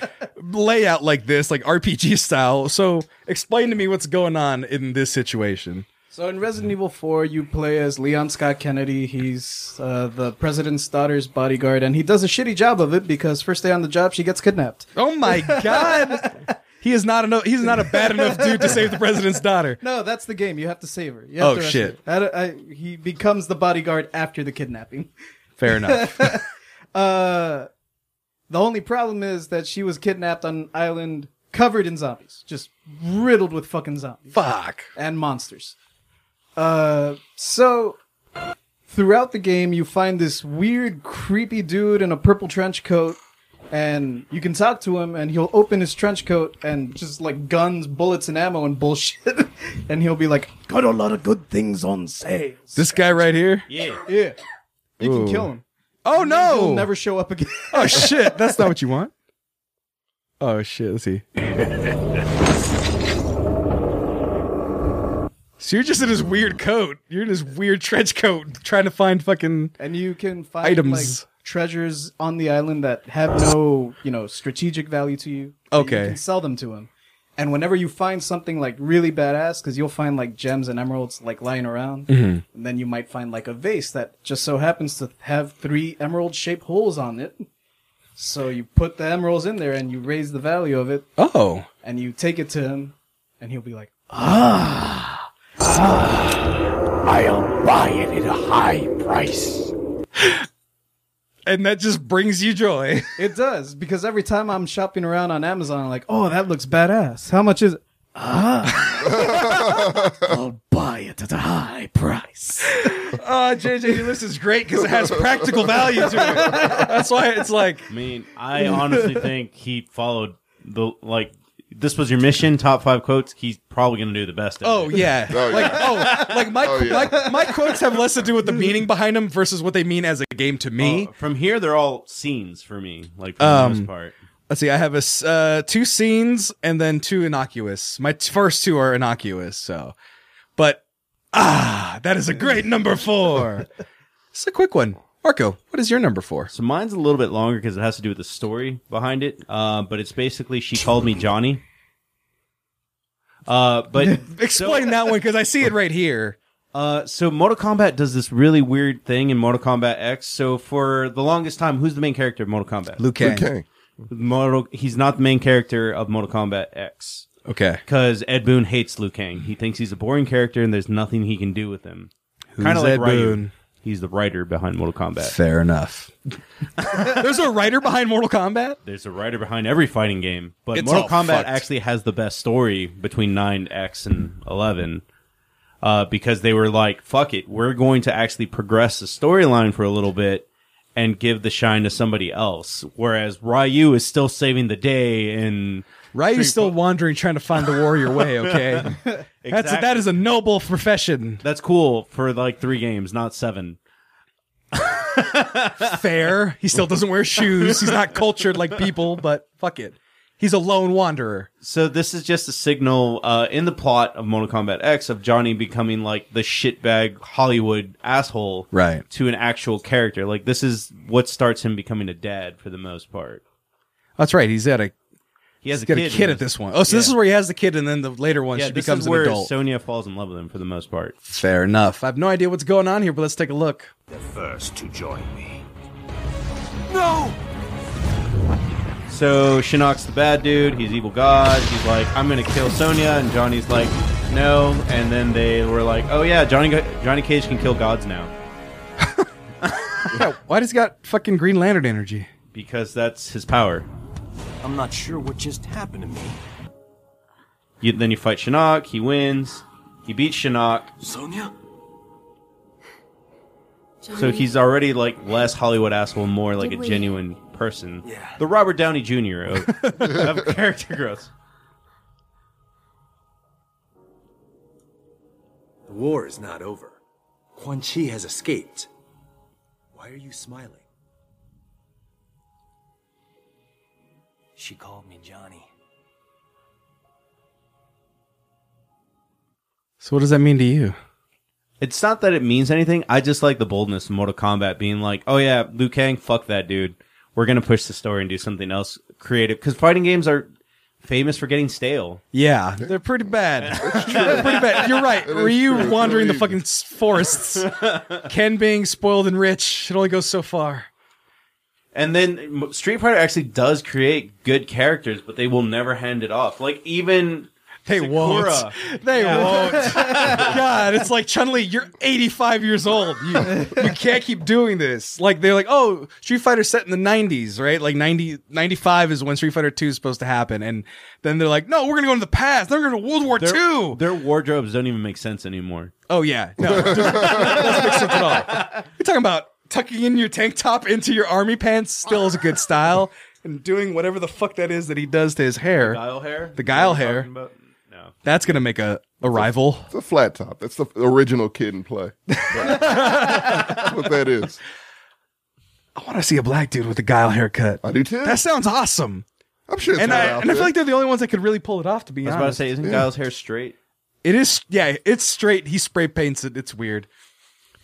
A: layout like this, like RPG style. So explain to me what's going on in this situation.
C: So in Resident Evil 4, you play as Leon Scott Kennedy. He's uh, the president's daughter's bodyguard, and he does a shitty job of it because first day on the job, she gets kidnapped.
A: Oh my god. He is not enough. He's not a bad enough dude to save the president's daughter.
C: No, that's the game. You have to save her. You have
A: Oh,
C: to rescue
A: shit.
C: her. I don't- I- he becomes the bodyguard after the kidnapping.
A: Fair enough.
C: Uh, the only problem is that she was kidnapped on an island covered in zombies, just riddled with fucking zombies.
A: Fuck.
C: and monsters. Uh, so throughout the game, you find this weird, creepy dude in a purple trench coat, and you can talk to him, and he'll open his trench coat and just like guns, bullets, and ammo and bullshit, and he'll be like, "Got a lot of good things on sale."
A: This guy right here.
D: Yeah.
C: Yeah, you can kill him.
A: Oh no!
C: He'll never show up again.
A: Oh shit! That's not what you want. Oh shit! Let's see. So you're just in this weird coat. You're in this weird trench coat, trying to find fucking.
C: and you can find
A: Items.
C: like treasures on the island that have no you know strategic value to you. but
A: Okay.
C: you can sell them to him, And whenever you find something like really badass, because you'll find like gems and emeralds like lying around,
A: Mm-hmm.
C: and then you might find like a vase that just so happens to have three emerald shaped holes on it. So you put the emeralds in there and you raise the value of it,
A: Oh.
C: and you take it to him, and he'll be like,
F: I'll buy it at a high price.
A: And that just brings you joy.
C: It does because every time I'm shopping around on Amazon, I'm like, oh, that looks badass. How much is it?
F: I'll buy it at a high price.
A: Uh, JJ, your list is great because it has practical value to it. That's why it's like,
D: I mean, I honestly think he followed the like. This was your mission, top five quotes. He's probably going to do the best. At
A: oh
D: it.
A: yeah,
B: Oh,
A: like
B: yeah.
A: oh, like my,
B: Oh, yeah.
A: my my quotes have less to do with the meaning behind them versus what they mean as a game to me.
B: Oh.
D: Uh, from here, they're all scenes for me. Like for
A: Um,
D: the most part,
A: Let's see, I have a s- uh, two scenes and then two innocuous. My t- first two are innocuous, so but ah, that is a great number four. it's a quick one. Marco, what is your number four?
D: so mine's a little bit longer because it has to do with the story behind it. Uh, but it's basically she called me Johnny. Uh, but
A: Explain that one because I see it right here.
D: Uh, so Mortal Kombat does this really weird thing in Mortal Kombat X. So for the longest time, who's the main character of Mortal Kombat?
A: Luke Kang.
B: Okay.
D: Mortal, he's not the main character of Mortal Kombat X
A: Okay.
D: because Ed Boon hates Liu Kang. He thinks he's a boring character and there's nothing he can do with him.
A: Who's
D: Kinda
A: Ed
D: Ryu.
A: Boon?
D: He's the writer behind Mortal Kombat.
A: Fair enough. There's a writer behind Mortal Kombat.
D: There's a writer behind every fighting game, but
A: It's
D: Mortal
A: all
D: Kombat
A: fucked.
D: actually has the best story between 9X and 11 uh, because they were like, fuck it, we're going to actually progress the storyline for a little bit and give the shine to somebody else. Whereas Ryu is still saving the day and.
A: Ryu's still wandering, trying to find the warrior way. Okay, that's a, that is a noble profession.
D: That's cool for like three games, not seven.
A: Fair. He still doesn't wear shoes. He's not cultured like people, but fuck it. He's a lone wanderer.
D: So this is just a signal uh, in the plot of Mortal Kombat X of Johnny becoming like the shitbag Hollywood asshole,
A: Right.
D: to an actual character. Like this is what starts him becoming a dad for the most part.
A: That's right. He's at a
D: He has
A: he's
D: a
A: got
D: kid,
A: a kid
D: in
A: at this one. Oh, so this
D: Yeah.
A: is where he has the kid, and then the later one
D: Yeah,
A: she
D: this
A: becomes
D: is
A: an
D: where
A: adult.
D: Sonya falls in love with him for the most part.
A: Fair enough. I have no idea what's going on here, but let's take a look.
E: The first to join me.
D: So Shinnok's the bad dude. He's evil god. He's like, I'm gonna kill Sonya, and Johnny's like, no. And then they were like, oh yeah, Johnny Johnny Cage can kill gods now
A: Yeah, why does he got fucking Green Lantern energy?
D: because that's his power.
F: I'm not sure what just happened to me.
D: You, then you fight Shinnok. He wins. He beats Shinnok.
F: Sonia?
D: So he's already like less Hollywood asshole, more like
G: Did
D: a
G: we-
D: genuine person.
F: Yeah.
D: The Robert Downey Jr. of, of character growth.
F: The war is not over. Quan Chi has escaped. Why are you smiling? She called me Johnny.
A: So what does that mean to you?
D: It's not that it means anything. I just like the boldness of Mortal Kombat being like, oh yeah, Liu Kang, fuck that dude. We're gonna push the story and do something else creative because fighting games are famous for getting stale.
A: Yeah, they're pretty bad. they're pretty bad. You're right.
B: is
A: Ryu
B: true.
A: wandering the
B: Believe
A: fucking s- forests. Ken being spoiled and rich. It only goes so far.
D: And then M- Street Fighter actually does create good characters, but they will never hand it off. Like even
A: They
D: Sakura.
A: won't. They won't. God, it's like Chun Li. You're 85 years old. You, you can't keep doing this. Like they're like, oh, Street Fighter set in the 90s, right? Like 90, 95 is when Street Fighter 2 is supposed to happen, and then they're like, no, we're gonna go into the past. They're gonna go to World War
D: their,
A: II.
D: their wardrobes don't even make sense anymore.
A: Oh yeah, no, doesn't make sense at all. You're talking about tucking in your tank top into your army pants. Still is a good style, and doing whatever the fuck that is that he does to his hair.
D: Guile hair.
A: The guile
D: What are you
A: hair.
D: talking about? No.
A: That's gonna make a, a rival.
B: It's a flat top. That's the original kid in play. That's what that is.
A: I want to see a black dude with a guile haircut.
B: I do too.
A: That sounds awesome.
B: I'm sure it's
A: And
B: not
A: I
B: Uh, out
A: and I feel
B: there.
A: like they're the only ones that could really pull it off. To be
D: I was
A: honest,
D: about to say, isn't Giles' hair straight?
A: it is. Yeah, it's straight. He spray paints it. It's weird.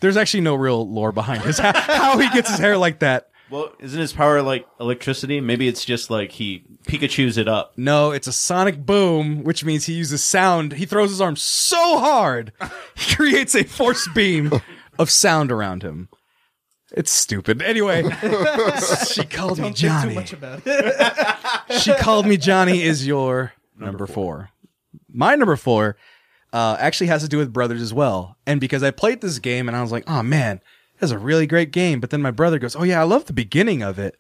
A: There's actually no real lore behind his how, how he gets his hair like that.
D: Well, isn't his power like electricity? Maybe it's just like he Pikachu's it up.
A: No, it's a sonic boom, which means he uses sound. He throws his arm so hard, he creates a force beam of sound around him. It's stupid. Anyway, she called me
C: Think
A: Johnny.
C: too much about it.
A: she called me Johnny is your number four. My number four uh, actually has to do with brothers as well. And because I played this game and I was like, oh man, that's a really great game. But then my brother goes, oh yeah, I love the beginning of it.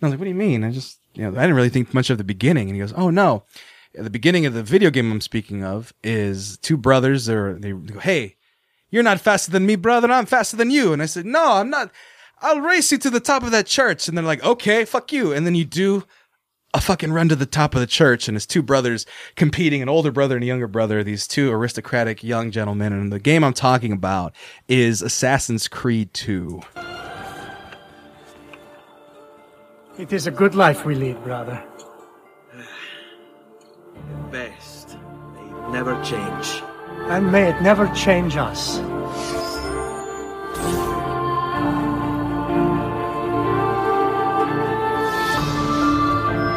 A: And I was like, what do you mean? I just, you know, I didn't really think much of the beginning. And he goes, oh no. At the beginning of the video game I'm speaking of is two brothers. They're, they go, hey, you're not faster than me, brother. I'm faster than you. And I said, no, I'm not. I'll race you to the top of that church. And they're like, okay, fuck you. And then you do a fucking run to the top of the church and his two brothers competing an older brother and a younger brother these two aristocratic young gentlemen and the game i'm talking about is assassin's creed 2
G: It is a good life we lead, brother.
F: Best. They never change.
G: And may it never change us.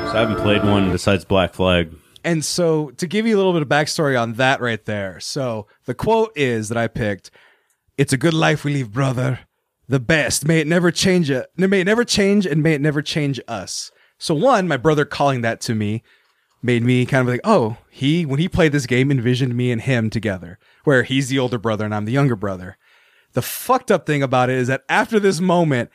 D: So I haven't played one besides Black Flag.
A: And so, to give you a little bit of backstory on that right there. So, the quote is that I picked, "It's a good life we leave, brother. The best. May it never change. It. May it never change, and may it never change us." So, one, my brother calling that to me made me kind of like, oh, he when he played this game envisioned me and him together, where he's the older brother and I'm the younger brother. The fucked up thing about it is that after this moment,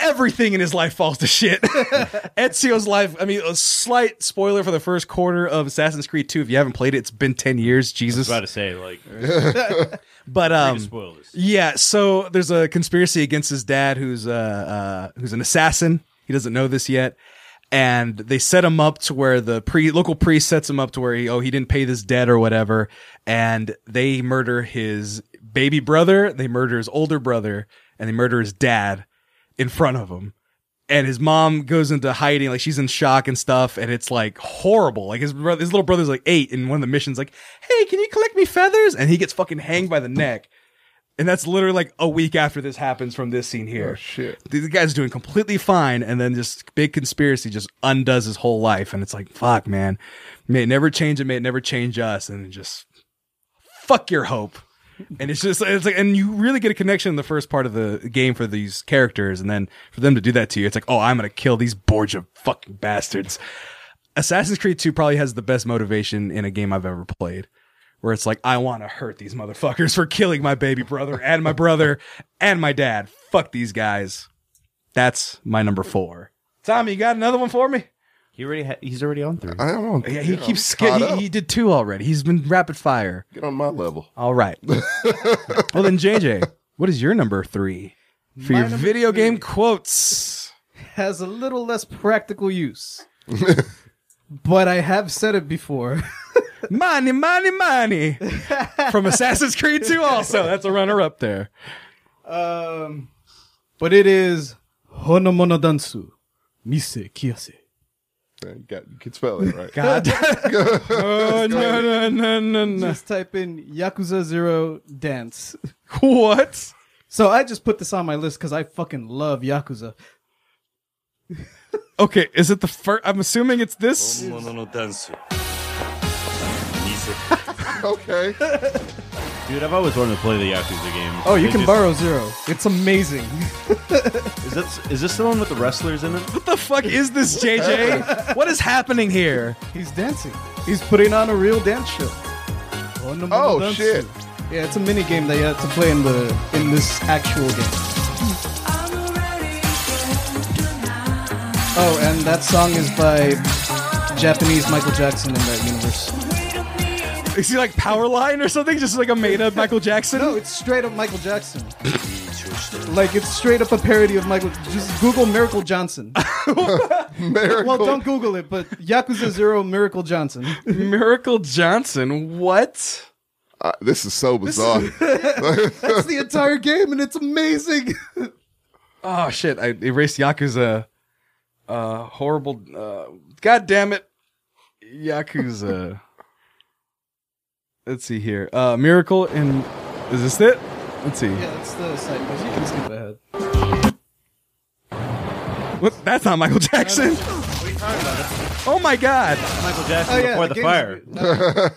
A: everything in his life falls to shit. Ezio's life, I mean, a slight spoiler for the first quarter of Assassin's Creed 2. If you haven't played it, it's been 10 years, Jesus.
D: I was about to say like
A: But um
D: spoilers.
A: yeah, so there's a conspiracy against his dad who's uh, uh who's an assassin. He doesn't know this yet. And they set him up to where the pre local priest sets him up to where he oh he didn't pay this debt or whatever, and they murder his baby brother, they murder his older brother, and they murder his dad in front of him and his mom goes into hiding, like she's in shock and stuff, and it's like horrible. Like his brother, his little brother's like eight, and one of the missions like, "Hey, can you collect me feathers?" And he gets fucking hanged by the neck, and that's literally like a week after this happens from this scene here.
B: Shit.
A: The guy's doing completely fine, and then just big conspiracy just undoes his whole life, and it's like, fuck, man, may it never change it, may it never change us, and it just fuck your hope. And it's just it's like, and you really get a connection in the first part of the game for these characters, and then for them to do that to you, it's like, oh, I'm gonna kill these Borgia fucking bastards. Assassin's Creed 2 probably has the best motivation in a game I've ever played, where it's like, I want to hurt these motherfuckers for killing my baby brother and my brother and my dad. Fuck these guys. That's my number four. Tommy, you got another one for me?
D: He already ha- he's already on three.
B: I don't.
A: Yeah, he
B: I'm
A: keeps
B: caught
A: skipping.
B: up.
A: He, he did two already. He's been rapid fire.
B: Get on my level.
A: All right. well, then, JJ, what is your number three for your
C: number
A: video game
C: three.
A: quotes?
C: Has a little less practical use. but I have said it before.
A: Money, money, money. From Assassin's Creed 2, also. That's a runner up there.
C: Um, but it is Honomonodansu. Mise Kiyase.
B: Yeah, You, got, you can spell it right.
A: God. oh, no, no, no, no, no.
C: Just type in Yakuza Zero Dance.
A: What?
C: So I just put this on my list because I fucking love Yakuza.
A: Okay, is it the first? I'm assuming it's this.
B: okay.
D: Dude, I've always wanted to play the Yakuza games.
C: Oh, you
D: They
C: can
D: just-
C: borrow Zero. It's amazing.
D: Is that is this the one with the wrestlers in it?
A: What the fuck is this, JJ? what is happening here?
C: He's dancing. He's putting on a real dance show.
B: Oh, shit.
C: Yeah, it's a mini game that you have to play in the in this actual game. Oh, and that song is by Japanese Michael Jackson in that universe.
A: Is he like Powerline or something? Just like a made up Michael Jackson?
C: No, it's straight up Michael Jackson. like it's straight up a parody of Michael. Just Google Miracle Johnson.
B: Miracle.
C: Well, don't Google it, but Yakuza Zero Miracle Johnson.
A: Miracle Johnson. What?
B: Uh, this is so bizarre.
C: That's the entire game, and it's amazing.
A: Oh shit! I erased Yakuza. Uh, horrible. Uh, God damn it, Yakuza. Let's see here. Uh, Miracle in. Is this it? Let's see.
C: Yeah, that's the side quest. You can skip ahead.
A: What? That's not Michael Jackson. Oh my God!
D: Michael Jackson
C: Oh, yeah,
D: before
C: the
D: the,
C: game's-
D: fire.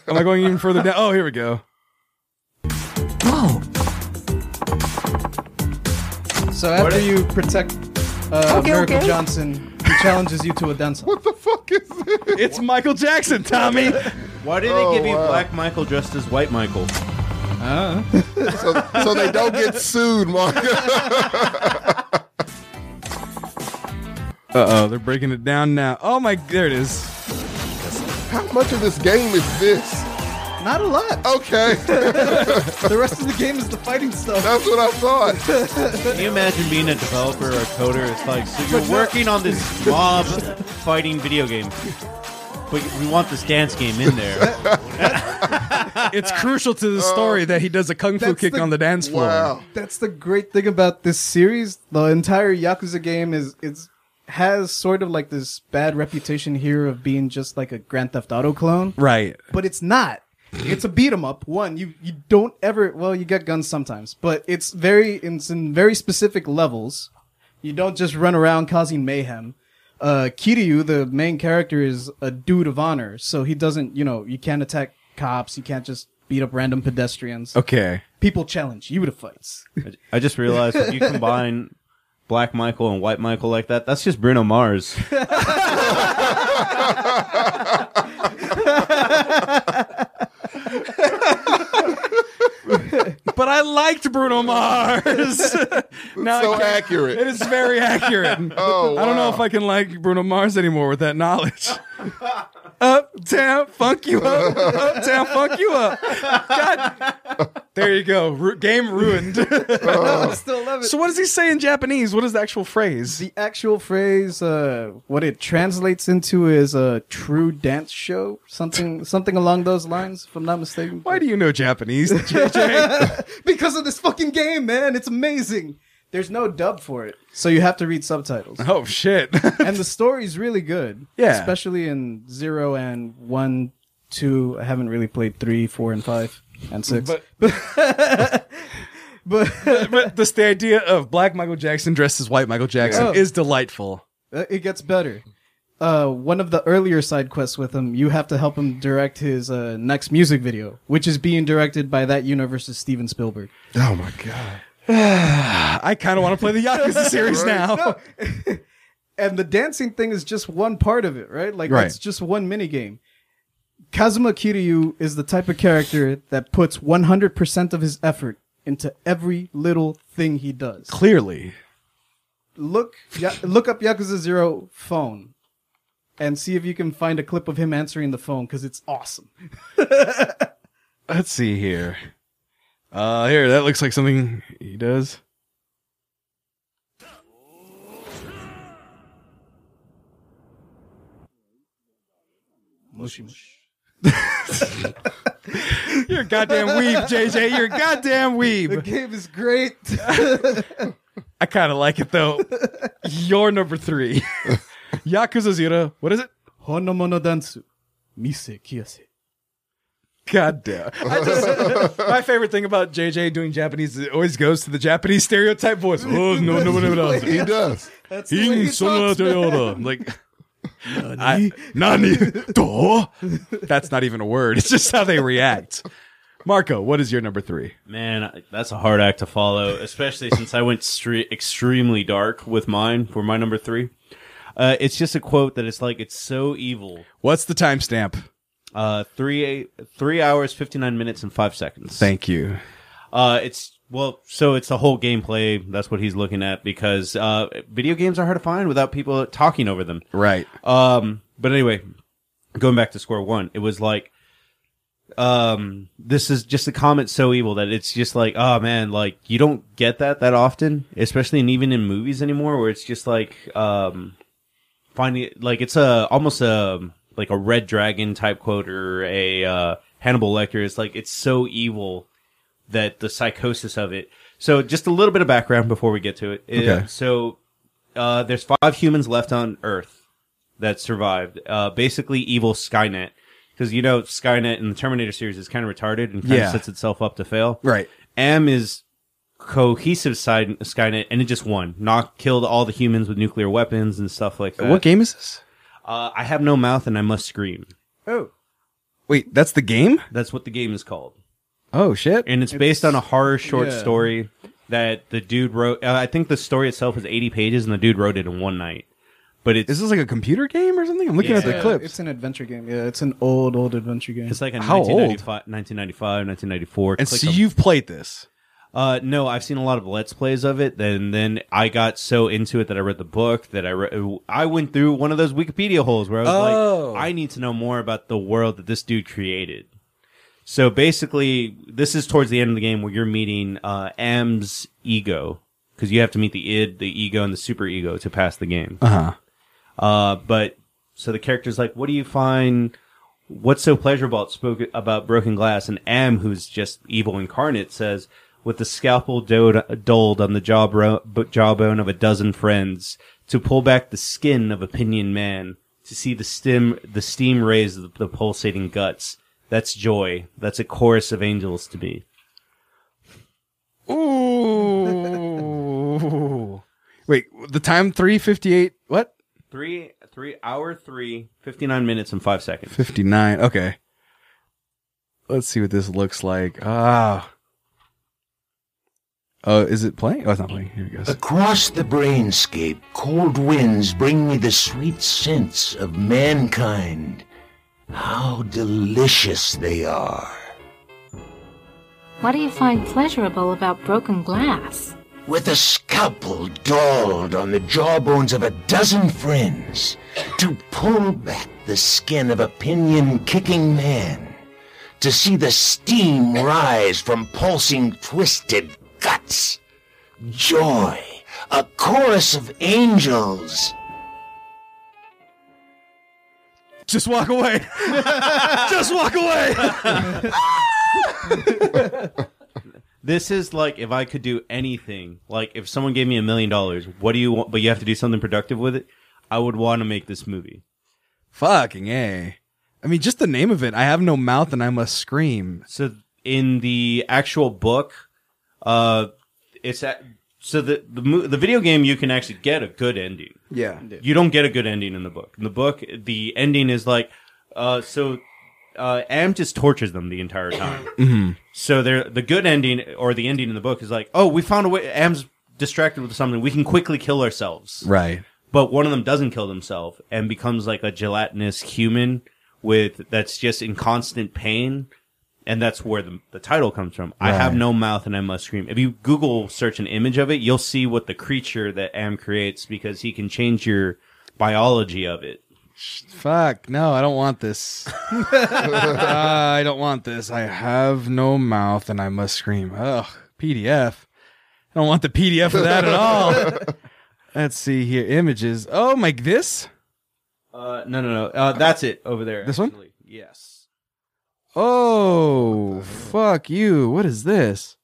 A: Am I going even further down? Oh, here we go.
C: So after you protect uh, Miracle Johnson, he challenges you to a dance.
B: What the fuck is this?
A: It's Michael Jackson, Tommy.
D: Why did
B: Oh,
D: they give you
B: wow.
D: black Michael dressed as white Michael?
B: So, so they don't get sued, Mark.
A: Uh oh, they're breaking it down now. Oh my, there it is.
B: How much of this game is this?
C: Not a lot.
B: Okay,
C: The rest of the game is the fighting stuff.
B: that's what I thought.
D: Can you imagine being a developer or a coder? It's like, so you're working on this mob fighting video game, but we want this dance game in there.
A: It's crucial to the story that he does a kung fu
C: That's
A: kick
C: the-
A: on the dance floor.
B: Wow.
C: That's the great thing about this series. The entire Yakuza game is it's has sort of like this bad reputation here of being just like a Grand Theft Auto clone,
A: Right.
C: but it's not. It's a beat 'em up. One, you you don't ever well, you get guns sometimes, but it's very it's in very specific levels. You don't just run around causing mayhem. Uh, Kiryu, the main character, is a dude of honor, so he doesn't, you know, you can't attack cops, you can't just beat up random pedestrians.
A: Okay.
C: People challenge you to fights.
D: I just realized if you combine black Michael and white Michael like that, that's just Bruno Mars.
A: But I liked Bruno Mars. now
B: So
A: I can't-
B: accurate.
A: It is very accurate.
B: Oh,
A: I don't know
B: wow.
A: if I can like Bruno Mars anymore with that knowledge. Uptown, funk you up. Uptown, funk you up. God. There you go. Ru- game ruined.
C: I still love it.
A: so, what does he say in Japanese? What is the actual phrase?
C: the actual phrase, uh, what it translates into is a true dance show, something something along those lines, if I'm not mistaken.
A: Why do you know Japanese, JJ?
C: because of this fucking game, man. It's amazing. There's no dub for it, so you have to read subtitles.
A: oh, shit.
C: and the story's really good.
A: Yeah.
C: especially in zero and one, two. I haven't really played three, four, and five, and six.
A: But-
C: but
A: but this the idea of black Michael Jackson dressed as white Michael Jackson
B: Oh.
C: Yeah.
A: is delightful.
C: Uh, It gets better. Uh, one of the earlier side quests with him, you have to help him direct his uh, next music video, which is being directed by that universe's Steven Spielberg.
B: Oh my god.
A: I kind of want to play the Yakuza series now.
C: And the dancing thing is just one part of it, right? Like,
A: Right.
C: it's just one minigame. Kazuma Kiryu is the type of character that puts 100% of his effort into every little thing he does.
A: Clearly,
C: look ya- look up Yakuza Zero phone, and see if you can find a clip of him answering the phone because it's awesome.
A: let's see here. Uh, here that looks like something he does. You're a goddamn weeb, JJ. You're a goddamn
C: The
A: weeb.
C: game is great.
A: I kind of like it though. You're number three. Yakuza Zero. What is it?
C: Honomono dansu, mise kiyase.
A: God damn. I just, my favorite thing about JJ doing Japanese is it always goes to the Japanese stereotype voice. Oh, no, no, no, no.
B: He does.
C: That's the way
A: Ing
C: he
A: sono
C: talks, man.
A: Toyota. I'm like, I, nani? Do? That's not even a word. It's just how they react. Marco, what is your number three?
D: Man, I- that's a hard act to follow, especially since I went stre- extremely dark with mine for my number three. Uh, it's just a quote that it's like it's so evil.
A: What's the timestamp?
D: Uh, three eight, three hours fifty nine minutes and five seconds.
A: Thank you.
D: Uh, it's well, so it's the whole gameplay. That's what he's looking at because uh, video games are hard to find without people talking over them.
A: Right.
D: Um, but anyway, going back to square one, it was like, um, this is just a comment so evil that it's just like, oh man, like you don't get that that often, especially and even in movies anymore, where it's just like, um, finding like it's a almost a like a red dragon type quote or a uh, Hannibal Lecter. It's like it's so evil that the psychosis of it. So just a little bit of background before we get to it.
A: Okay.
D: Uh, so uh, there's five humans left on Earth that survived. Uh, basically, evil Skynet. Because you know Skynet in the Terminator series is kind of retarded and kind
A: Yeah.
D: of sets itself up to fail.
A: Right.
D: M is cohesive side Skynet, and it just won. Knocked, killed all the humans with nuclear weapons and stuff like that.
A: What game is this?
D: Uh, I have no mouth and I must scream.
H: Oh,
A: Wait, that's the game?
D: That's what the game is called,
A: Oh shit!
D: and it's, based on a horror short
C: yeah.
D: story that the dude wrote. Uh, I think the story itself is 80 pages, and the dude wrote it in one night. But it's
A: Is this like a computer game or something? I'm looking at the
C: Yeah,
A: clips.
C: It's an adventure game. Yeah, it's an old, old adventure game.
D: it's like a
A: How old?
D: 1995, 1995, 1994.
A: And
D: click
A: so
D: a-
A: you've played this.
D: Uh, no, I've seen a lot of let's plays of it. Then, then I got so into it that I read the book. That I re- I went through one of those Wikipedia holes where I was
A: Oh.
D: like, I need to know more about the world that this dude created. So basically, this is towards the end of the game where you're meeting uh, M's ego because you have to meet the id, the ego, and the super ego to pass the game.
A: Uh huh.
D: Uh, but so the character's like, what do you find? What's so pleasurable about, spoke about broken glass? And M, who's just evil incarnate, says, with the scalpel doled, doled on the jaw bro- b- jawbone of a dozen friends, to pull back the skin of a pinion man, to see the stem, the steam raise the, the pulsating guts. That's joy. That's a chorus of angels to me.
A: Ooh. Wait, the time three fifty eight. What?
D: Three, three, hour three, 59 minutes and five seconds.
A: Fifty nine. Okay. Let's see what this looks like. Ah. Oh, is it playing? Oh, it's not playing. Here it goes.
I: Across the brainscape, cold winds bring me the sweet sense of mankind. How delicious they are.
J: What do you find pleasurable about broken glass?
I: With a scalpel dulled on the jawbones of a dozen friends, to pull back the skin of a pinion kicking man, to see the steam rise from pulsing twisted guts. Joy, a chorus of angels.
A: Just walk away. Just walk away.
D: This is like if I could do anything. Like if someone gave me a million dollars, what do you want? But you have to do something productive with it. I would want to make this movie.
A: Fucking a. I mean, just the name of it. I have no mouth and I must scream.
D: So in the actual book, uh, it's at, so the the mo- the video game you can actually get a good ending.
A: Yeah.
D: You don't get a good ending in the book. In the book, the ending is like, uh, so uh, Am just tortures them the entire time. So they're, the good ending or the ending in the book is like, oh, we found a way. Am's distracted with something. We can quickly kill ourselves.
A: Right.
D: but one of them doesn't kill themselves and becomes like a gelatinous human with that's just in constant pain and that's where the, the title comes from i have no mouth and i must scream if you google search an image of it you'll see what the creature that am creates because he can change your biology of it
A: Fuck. No, I don't want this. Uh, I don't want this. I have no mouth and I must scream. Ugh. PDF. I don't want the PDF of that at all. Let's see here. Images. Oh my. This.
D: uh, no no no uh, that's it over there
A: This one?
D: actually. yes
A: Oh fuck you. What is this?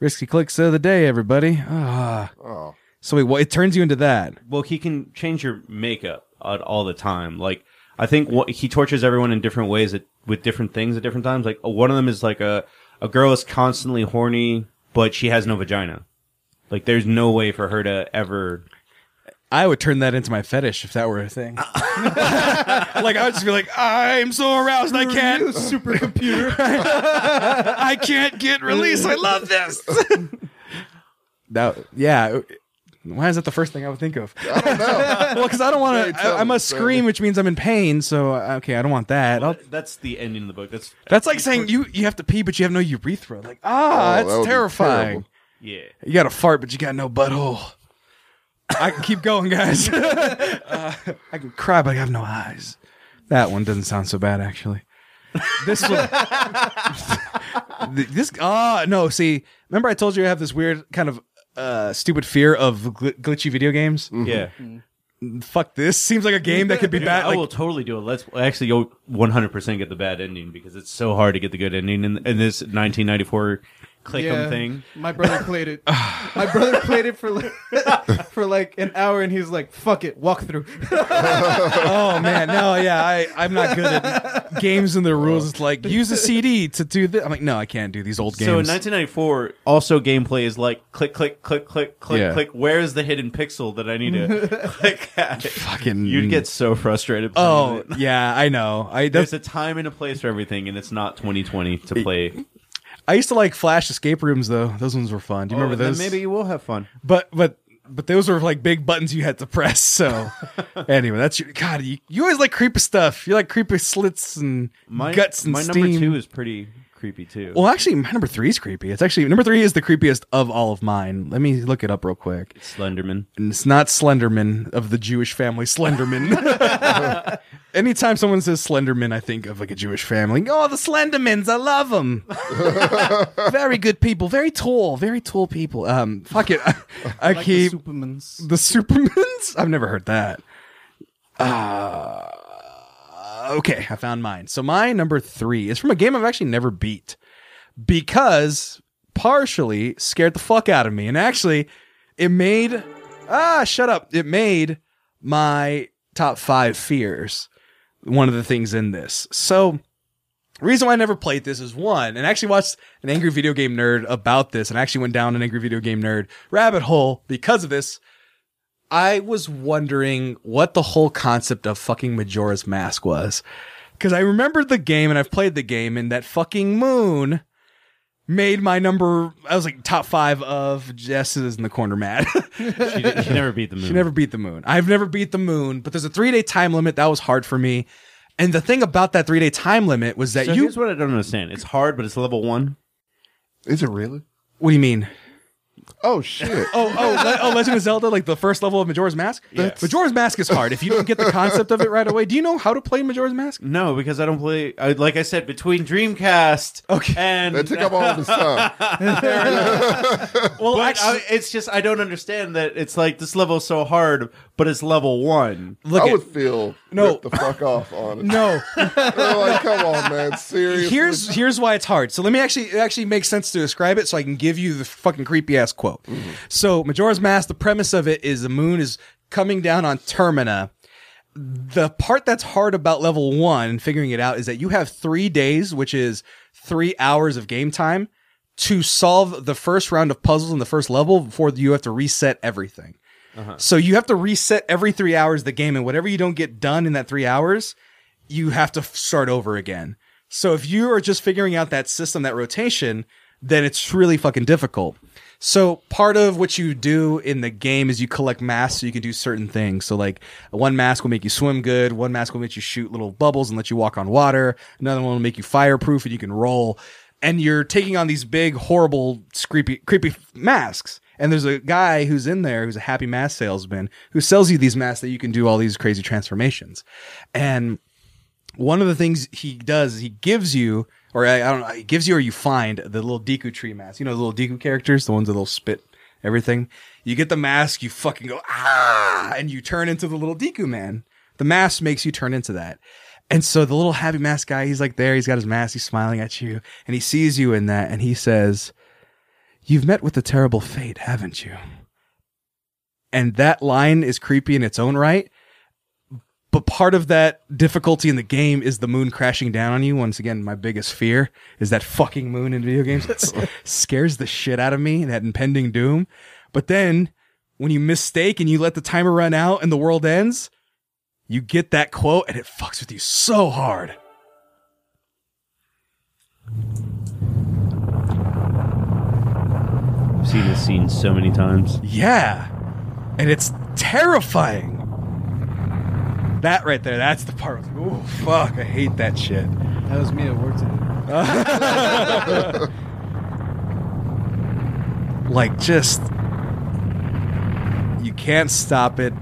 A: Risky clicks of the day, everybody. Ah.
B: Oh,
A: So wait. What? It turns you into that.
D: well he can change your makeup at all the time like i think what he tortures everyone in different ways at, with different things at different times like uh, one of them is like a, a girl is constantly horny but she has no vagina like there's no way for her to ever
A: I would turn that into my fetish if that were a thing. like I would just be like, I'm so aroused I can't. supercomputer. I can't get released. I love this. that yeah. Why is that the first thing I would think of? I don't know. well, because I don't want
B: Hey,
A: to.
B: tell
A: I, I
B: me,
A: must
B: tell
A: scream,
B: me.
A: which means I'm in pain. So uh, okay, I don't want that. I'll,
D: that's the ending of the book that's
A: that's like saying you you have to pee, but you have no urethra. Like ah,
B: that would
A: that's
B: be
A: terrifying.
B: terrible.
D: yeah
A: You got a fart, but you got no butthole. I can keep going, guys. Uh, I can cry, but I have no eyes. That one doesn't sound so bad, actually. This one, Th- this ah no. See, remember I told you I have this weird kind of uh stupid fear of gl- glitchy video games.
D: yeah
A: Fuck this! Seems like a game that could be bad.
D: Mm. I
A: Like,
D: will totally do a let's actually you'll 100% get the bad ending because it's so hard to get the good ending in, in this 1994 click 'em thing.
C: My brother played it. my brother played it for like, for like an hour, and he's like, "Fuck it, walk through."
A: Oh man, no, yeah, I, I'm not good at games and their rules. It's like use a CD to do this. I'm like, no, I can't do these old games.
D: So in 1994, also gameplay is like click, click, click, click, click,
A: Yeah.
D: click. Where is the hidden pixel that I need to click at?
A: Fucking-
D: you'd get so frustrated. playing
A: oh
D: it.
A: yeah, I know. I
D: there's
A: that's,
D: a time and a place for everything, and it's not 2020 to play.
A: I used to like Flash escape rooms though. Those ones were fun. Do you remember
D: Oh, then
A: those?
D: Maybe you will have fun.
A: but but but those were like big buttons you had to press. So anyway, that's your God. You, you always like creepy stuff. You like creepy slits and
D: My
A: guts and
D: my
A: steam.
D: number two is pretty creepy too.
A: well, actually, my number three is creepy. It's actually number three is the creepiest of all of mine. Let me look it up real quick.
D: Slenderman.
A: And it's not Slenderman of the Jewish family Slenderman. Anytime someone says Slenderman, I think of like a Jewish family. Oh, the Slendermans, I love them. very good people, very tall, very tall people. Um, fuck it, I, I
C: Like
A: keep
C: the Supermans.
A: the Supermans? I've never heard that. Uh, okay, I found mine. So my number three is from a game I've actually never beat because partially scared the fuck out of me. And actually, it made ah shut up. It made my top five fears. One of the things in this. So the reason why I never played this is one, and I actually watched an angry video game nerd about this, and I actually went down an angry video game nerd rabbit hole because of this. I was wondering what the whole concept of fucking Majora's Mask was. Because I remembered the game and I've played the game, and that fucking moon made my number. I was like top five of Jess is in the corner, mad.
D: She, did- she never beat the moon.
A: She never beat the moon. I've never beat the moon, but there's a three day time limit. That was hard for me. And the thing about that three day time limit was that
D: So
A: you.
D: here's what I don't understand. It's hard, but it's level one.
B: Is it really?
A: What do you mean?
B: Oh shit!
A: Oh, oh, Le- oh, Legend of Zelda, like the first level of Majora's Mask? Majora's Mask is hard. If you don't get the concept of it right away, do you know how to play Majora's Mask?
D: No, because I don't play. I, like I said, between Dreamcast
A: Okay.
D: and
B: That took up all this time.
D: well, I, I- it's just I don't understand that it's like this level's so hard, but it's level one.
A: Look,
B: I
A: at-
B: would feel
A: No.
B: no the fuck off on it.
A: no.
B: They're like, come on, man, seriously.
A: here's here's why it's hard. So let me actually it actually makes sense to describe it, so I can give you the fucking creepy ass quote. So Majora's Mask, the premise of it is the moon is coming down on Termina. The part that's hard about level one and figuring it out is that you have three days, which is three hours of game time, to solve the first round of puzzles in the first level before you have to reset everything. So you have to reset every three hours the game, and whatever you don't get done in that three hours, you have to f- start over again. So if you are just figuring out that system, that rotation, then it's really fucking difficult. So part of what you do in the game is you collect masks so you can do certain things. So like one mask will make you swim good, one mask will make you shoot little bubbles and let you walk on water, another one will make you fireproof and you can roll. And you're taking on these big, horrible, creepy, creepy masks. And there's a guy who's in there who's a happy mask salesman who sells you these masks that you can do all these crazy transformations. And one of the things he does, is he gives you, or I, I don't know, he gives you or you find the little Deku tree mask. You know, the little Deku characters, the ones that will spit everything. You get the mask, you fucking go, ah, and you turn into the little Deku man. The mask makes you turn into that. And so the little happy mask guy, he's like there, he's got his mask, he's smiling at you, and he sees you in that, and he says, You've met with a terrible fate, haven't you? And that line is creepy in its own right but part of that difficulty in the game is the moon crashing down on you. Once again, my biggest fear is that fucking moon in video games. It s- scares the shit out of me, that impending doom. But then when you mistake and you let the timer run out and the world ends, you get that quote and it fucks with you so hard.
D: I've seen this scene so many times.
A: Yeah. And it's terrifying. That right there, that's the part. Oh, fuck, I hate that shit.
C: That was me at work today.
A: like just you can't stop it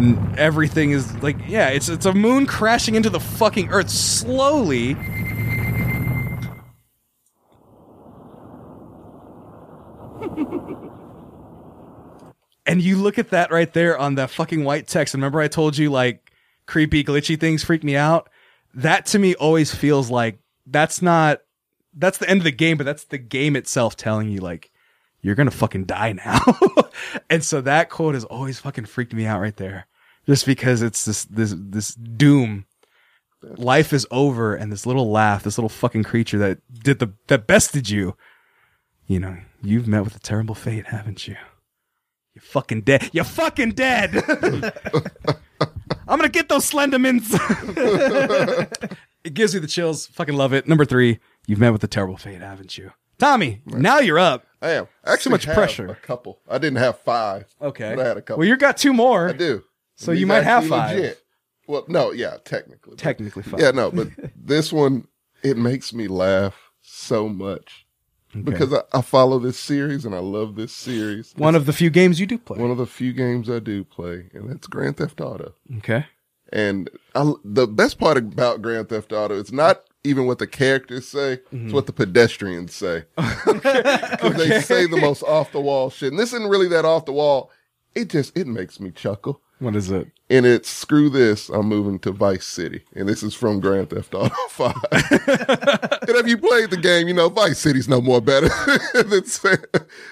A: N- everything is like yeah it's it's a moon crashing into the fucking earth slowly and you look at that right there on that fucking white text and remember i told you like creepy glitchy things freak me out that to me always feels like that's not that's the end of the game, but that's the game itself telling you like you're gonna fucking die now. and so that quote has always fucking freaked me out right there, just because it's this this this doom. Life is over, and this little laugh, this little fucking creature that did the that bested you, you know, you've met with a terrible fate, haven't you? You're fucking dead. You're fucking dead. I'm gonna get those Slendermans. it gives me the chills. Fucking love it. Number three, you've met with a terrible fate, haven't you? Tommy, now you're up.
B: I am. I actually
A: much
B: have
A: pressure.
B: A couple. I didn't have five.
A: Okay.
B: But I had a couple.
A: Well, you got two more.
B: I do.
A: So
B: These
A: you might have
B: actually
A: five.
B: Well, no, yeah, technically. but-
A: Technically five.
B: Yeah, no, but this one it makes me laugh so much because I, I follow this series and I love this series.
A: One of the few games you do play.
B: One of the few games I do play, and that's Grand Theft Auto.
A: Okay.
B: And I, the best part about Grand Theft Auto is not even what the characters say;
A: Mm-hmm.
B: it's what the pedestrians say. 'Cause They say the most off the wall shit, and this isn't really that off the wall. It just it makes me chuckle.
A: What is it?
B: And it's screw this, I'm moving to Vice City. And this is from Grand Theft Auto 5. and if you played the game, you know, Vice City's no more better than San,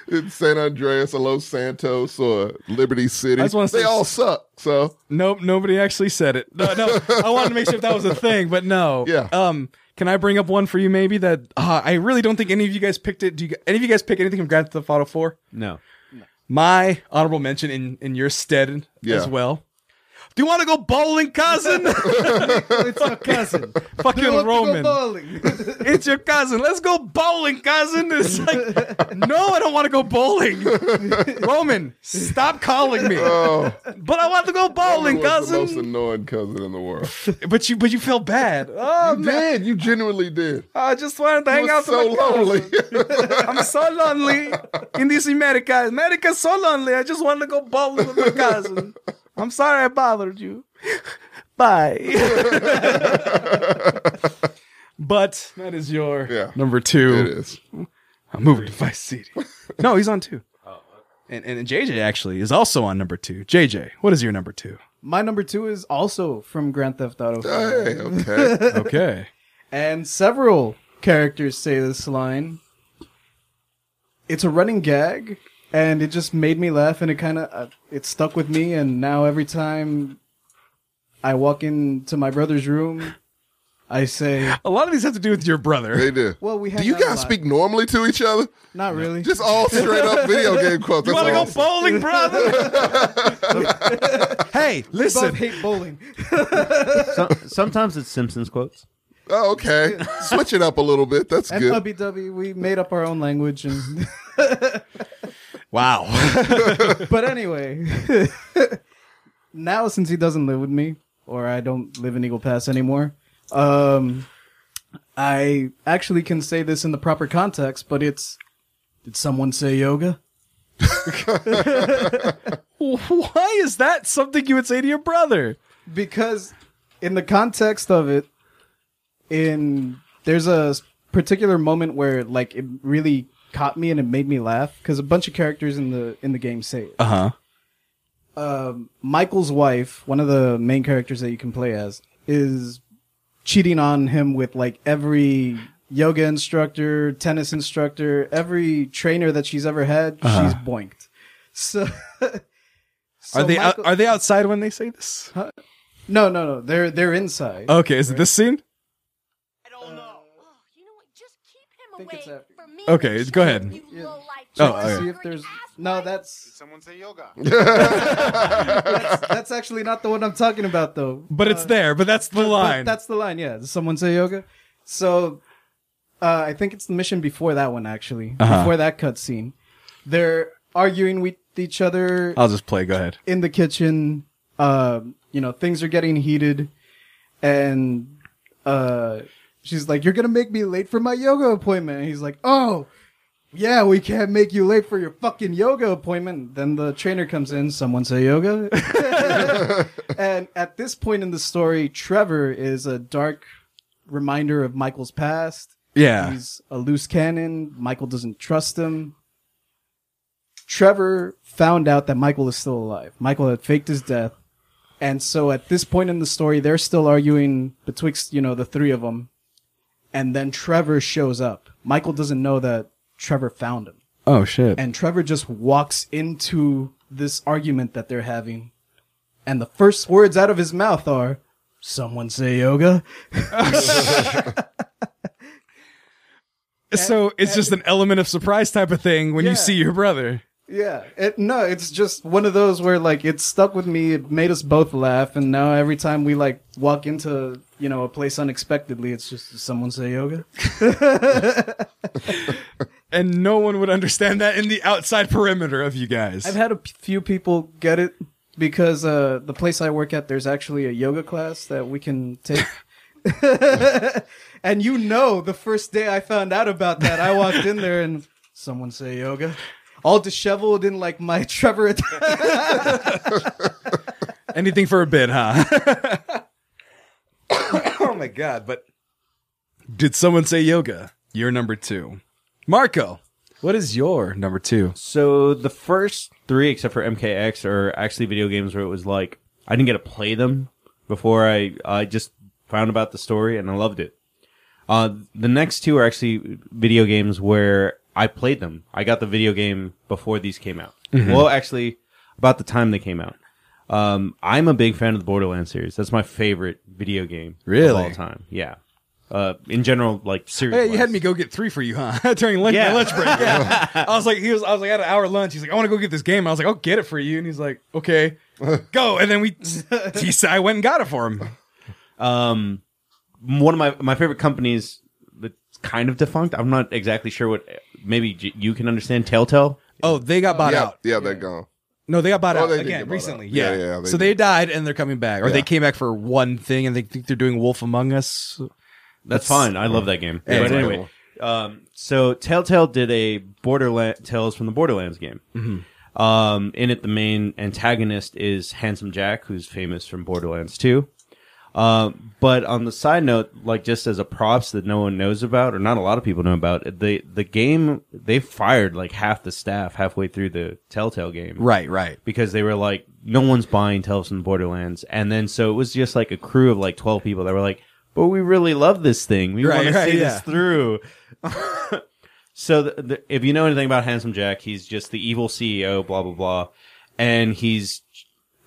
B: than San Andreas or Los Santos or Liberty City.
A: I just wanna
B: they
A: say-
B: all suck. So,
A: Nope, nobody actually said it. No, no. I wanted to make sure if that was a thing, but no.
B: Yeah.
A: Um, can I bring up one for you maybe that uh, I really don't think any of you guys picked it. Do you, any of you guys pick anything from Grand Theft Auto 4?
D: No.
A: my honorable mention in in your stead
B: Yeah.
A: as well. Do you want to go bowling, cousin?
C: it's our cousin.
A: Fucking Roman.
C: Bowling.
A: It's your cousin. Let's go bowling, cousin. It's like, no, I don't want to go bowling. Roman, stop calling me.
B: oh,
A: But I want to go bowling,
B: was the most
A: cousin.
B: annoying cousin in the world.
A: But you, but you feel bad. Oh
B: you
A: man,
B: did. You genuinely did.
A: I just wanted to hang
B: You were
A: out with
B: so
A: my cousin.
B: lonely.
A: I'm so lonely in this America. America's so lonely. I just wanted to go bowling with my cousin. I'm sorry I bothered you. Bye. but that is your
B: Yeah.
A: number two.
B: it is.
A: I'm moving to Vice City. No, he's on two. And, and JJ actually is also on number two. JJ, what is your number two?
C: My number two is also from Grand Theft Auto.
B: Hey, okay.
A: Okay.
C: And several characters say this line. It's a running gag, and it just made me laugh, and it kind of uh, it stuck with me. And now every time I walk into my brother's room, I say,
A: A lot of these have to do with your brother.
B: They do.
C: "Well, we have."
B: do you guys speak normally to each other?
C: Not really.
B: Just all straight up video game quotes.
A: You
B: That's
A: want to
B: all.
A: go bowling, brother? hey,
C: We both
A: listen.
C: hate bowling.
D: So, sometimes it's Simpsons quotes.
B: Oh, okay. Switch it up a little bit. That's
C: At
B: good.
C: WW, we made up our own language, and
A: Wow.
C: but anyway, now since he doesn't live with me, or I don't live in Eagle Pass anymore, um, I actually can say this in the proper context. But it's did someone say yoga?
A: Why is that something you would say to your brother?
C: Because in the context of it, in there's a s- particular moment where like it really caught me and it made me laugh because a bunch of characters in the in the game say it.
A: Uh huh.
C: um, Michael's wife, one of the main characters that you can play as, is cheating on him with like every yoga instructor, tennis instructor, every trainer that she's ever had.
A: Uh-huh.
C: She's boinked. So, so
A: are they uh,
C: Michael-
A: are they outside when they say this?
C: no, no, no. They're they're inside.
A: Okay, is it this scene?
K: You know what? Just keep him
C: I think it's after.
K: from me.
A: Okay, go ahead.
K: You low-life
A: Oh,
C: To
A: okay.
C: see if there's no. That's
G: Someone say yoga.
C: that's, that's actually not the one I'm talking about though.
A: But it's there. But that's the
C: Uh, But
A: line.
C: that's the line. Yeah. Does someone say yoga? So, uh, I think it's the mission before that one actually. Before that cutscene, they're arguing with each other
A: I'll just play. Go ahead.
C: in the kitchen. Um, you know, things are getting heated, and uh, she's like, "You're gonna make me late for my yoga appointment." And he's like, "Oh." Yeah, we can't make you late for your fucking yoga appointment. Then the trainer comes in. Someone say yoga. And at this point in the story, Trevor is a dark reminder of Michael's past.
A: Yeah.
C: He's a loose cannon. Michael doesn't trust him. Trevor found out that Michael is still alive. Michael had faked his death. And so at this point in the story, they're still arguing betwixt, you know, the three of them. And then Trevor shows up. Michael doesn't know that Trevor found him.
A: Oh shit.
C: And Trevor just walks into this argument that they're having. And the first words out of his mouth are, Someone say yoga.
A: so it's just an element of surprise type of thing when
C: Yeah.
A: you see your brother.
C: Yeah, it, no, it's just one of those where like it stuck with me. It made us both laugh, and now every time we like walk into you know a place unexpectedly, it's just "Does someone say yoga.
A: And no one would understand that in the outside perimeter of you guys.
C: I've had a p- few people get it because uh, the place I work at, there's actually a yoga class that we can take. and you know, the first day I found out about that, I walked in there and someone say yoga, all disheveled in like my Trevor.
A: Anything for a bit, huh? oh my god, but did someone say yoga? You're number 2. Marco, what is your number 2?
D: So the first three, except for MKX, are actually video games where it was like I didn't get to play them before I I just found about the story and I loved it. Uh, the next two are actually video games where I played them. I got the video game before these came out.
A: Mm-hmm.
D: Well, actually, about the time they came out. Um, I'm a big fan of the Borderlands series. That's my favorite video game
A: Really?
D: of all time. Yeah. Uh, in general, like series.
A: Hey, you had me go get 3 for you, huh? During lunch,
D: Yeah.
A: my lunch break. Yeah. I was like he was I was like I had an hour lunch. He's like I want to go get this game. I was like I'll get it for you and he's like okay. Go and then we, he said I went and got it for him.
D: um, one of my my favorite companies that's kind of defunct. I'm not exactly sure what. Maybe j- you can understand Telltale.
A: Oh, they got bought
B: yeah,
A: out.
B: yeah, they're gone.
A: No, they got bought
B: Oh,
A: out
B: they did
A: again
B: get bought out.
A: recently.
B: Yeah,
A: Yeah,
B: yeah, they
A: so they died and they're coming back, or
B: Yeah.
A: they came back for one thing and they think they're doing Wolf Among Us.
D: That's, fine. I love that game.
A: Yeah,
D: but
A: it's
D: anyway,
A: incredible.
D: um, so Telltale did a Borderland Tales from the Borderlands game. Mm-hmm. Um, in it, the main antagonist is Handsome Jack, who's famous from Borderlands 2. Um, but on the side note, like just as a props that no one knows about, or not a lot of people know about, the the game they fired like half the staff halfway through the Telltale game,
A: Right, right.
D: because they were like, no one's buying Tales from the Borderlands. And then so it was just like a crew of like 12 people that were like, but we really love this thing. We
A: Right,
D: want to
A: right,
D: see
A: yeah.
D: this through. so the, the, if you know anything about Handsome Jack, he's just the evil CEO, blah, blah, blah. And he's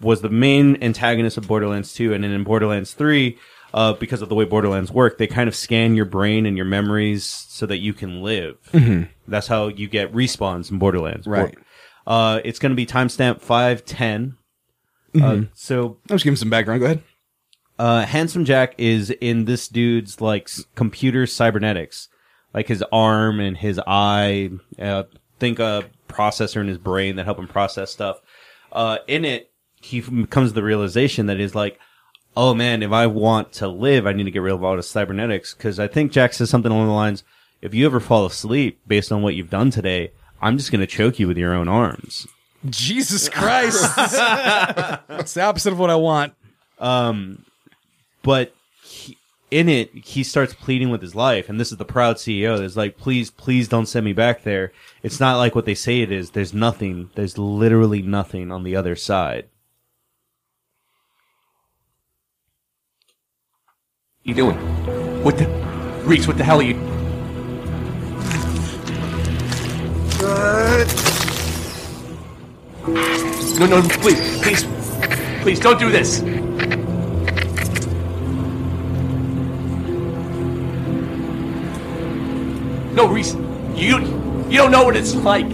D: was the main antagonist of Borderlands 2. And then in Borderlands 3, uh, because of the way Borderlands work, they kind of scan your brain and your memories so that you can live. That's how you get respawns in Borderlands.
A: Mm-hmm. Right.
D: Uh, it's going to be timestamp 510. Uh, so,
A: I'm just giving some background. Go ahead.
D: uh, Handsome Jack is in this dude's, like, s- computer cybernetics. Like his arm and his eye. Uh, think a processor in his brain that help him process stuff. Uh, in it, he f- comes to the realization that he's like, oh man, if I want to live, I need to get real involved with cybernetics. Cause I think Jack says something along the lines, if you ever fall asleep based on what you've done today, I'm just going to choke you with your own arms.
A: Jesus Christ! it's the opposite of what I want.
D: but he, in it he starts pleading with his life and this is the proud ceo is like please please don't send me back there it's not like what they say it is there's nothing there's literally nothing on the other side
E: you doing? What the? Reese, what the hell are you? No, no, please, please, please don't do this. No, Reese, you you don't know what it's like.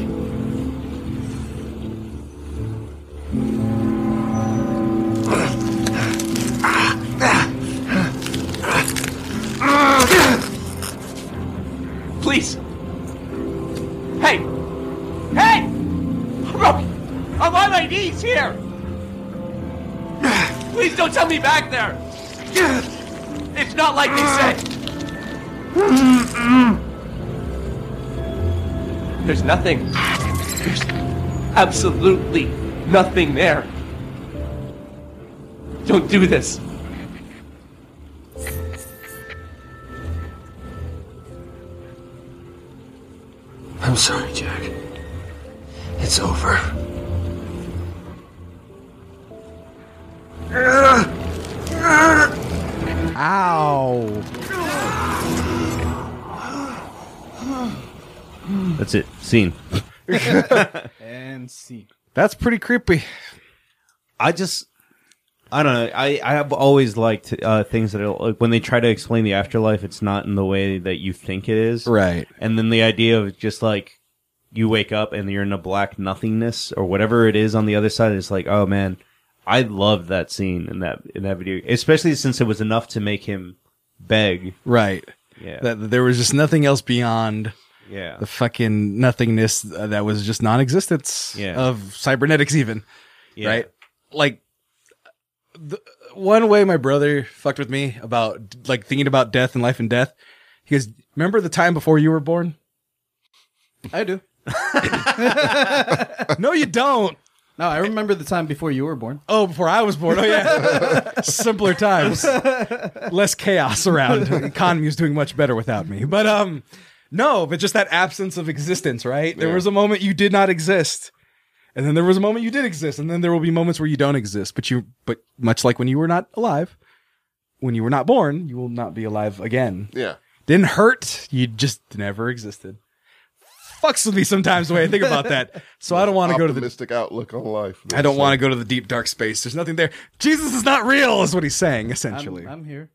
E: Please. Hey! Hey! I'm on my knees here! Please don't tell me back there! It's not like they said! There's nothing. There's absolutely nothing there. Don't do this.
F: I'm sorry, Jack. It's over.
A: Ow!
D: Scene.
C: and see.
A: That's pretty creepy.
D: I just, I don't know. I, I have always liked uh, things that are like when they try to explain the afterlife, it's not in the way that you think it is.
A: Right.
D: And then the idea of just like you wake up and you're in a black nothingness or whatever it is on the other side. It's like, oh man, I loved that scene in that in that video, especially since it was enough to make him beg.
A: Right.
D: Yeah.
A: That, that there was just nothing else beyond
D: Yeah.
A: the fucking nothingness that was just non-existence
D: Yeah.
A: of cybernetics even.
D: Yeah.
A: right? Like the, one way my brother fucked with me about like thinking about death and life and death. He goes, "Remember the time before you were born?"
C: I do.
A: no, you don't.
C: No, I remember the time before you were born.
A: Oh, before I was born. Oh yeah, simpler times, less chaos around. The economy was doing much better without me. But um, no, but just that absence of existence, right? There was a moment you did not exist. And then there was a moment you did exist, and then there will be moments where you don't exist. But you, but much like when you were not alive, when you were not born, you will not be alive again.
B: Yeah.
A: Didn't hurt. You just never existed. Fucks with me sometimes the way I think about that. So I don't want to go to the
B: Optimistic outlook on life.
A: I don't want to go to the deep dark space. There's nothing there. Jesus is not real, is what he's saying essentially.
C: I'm, I'm here.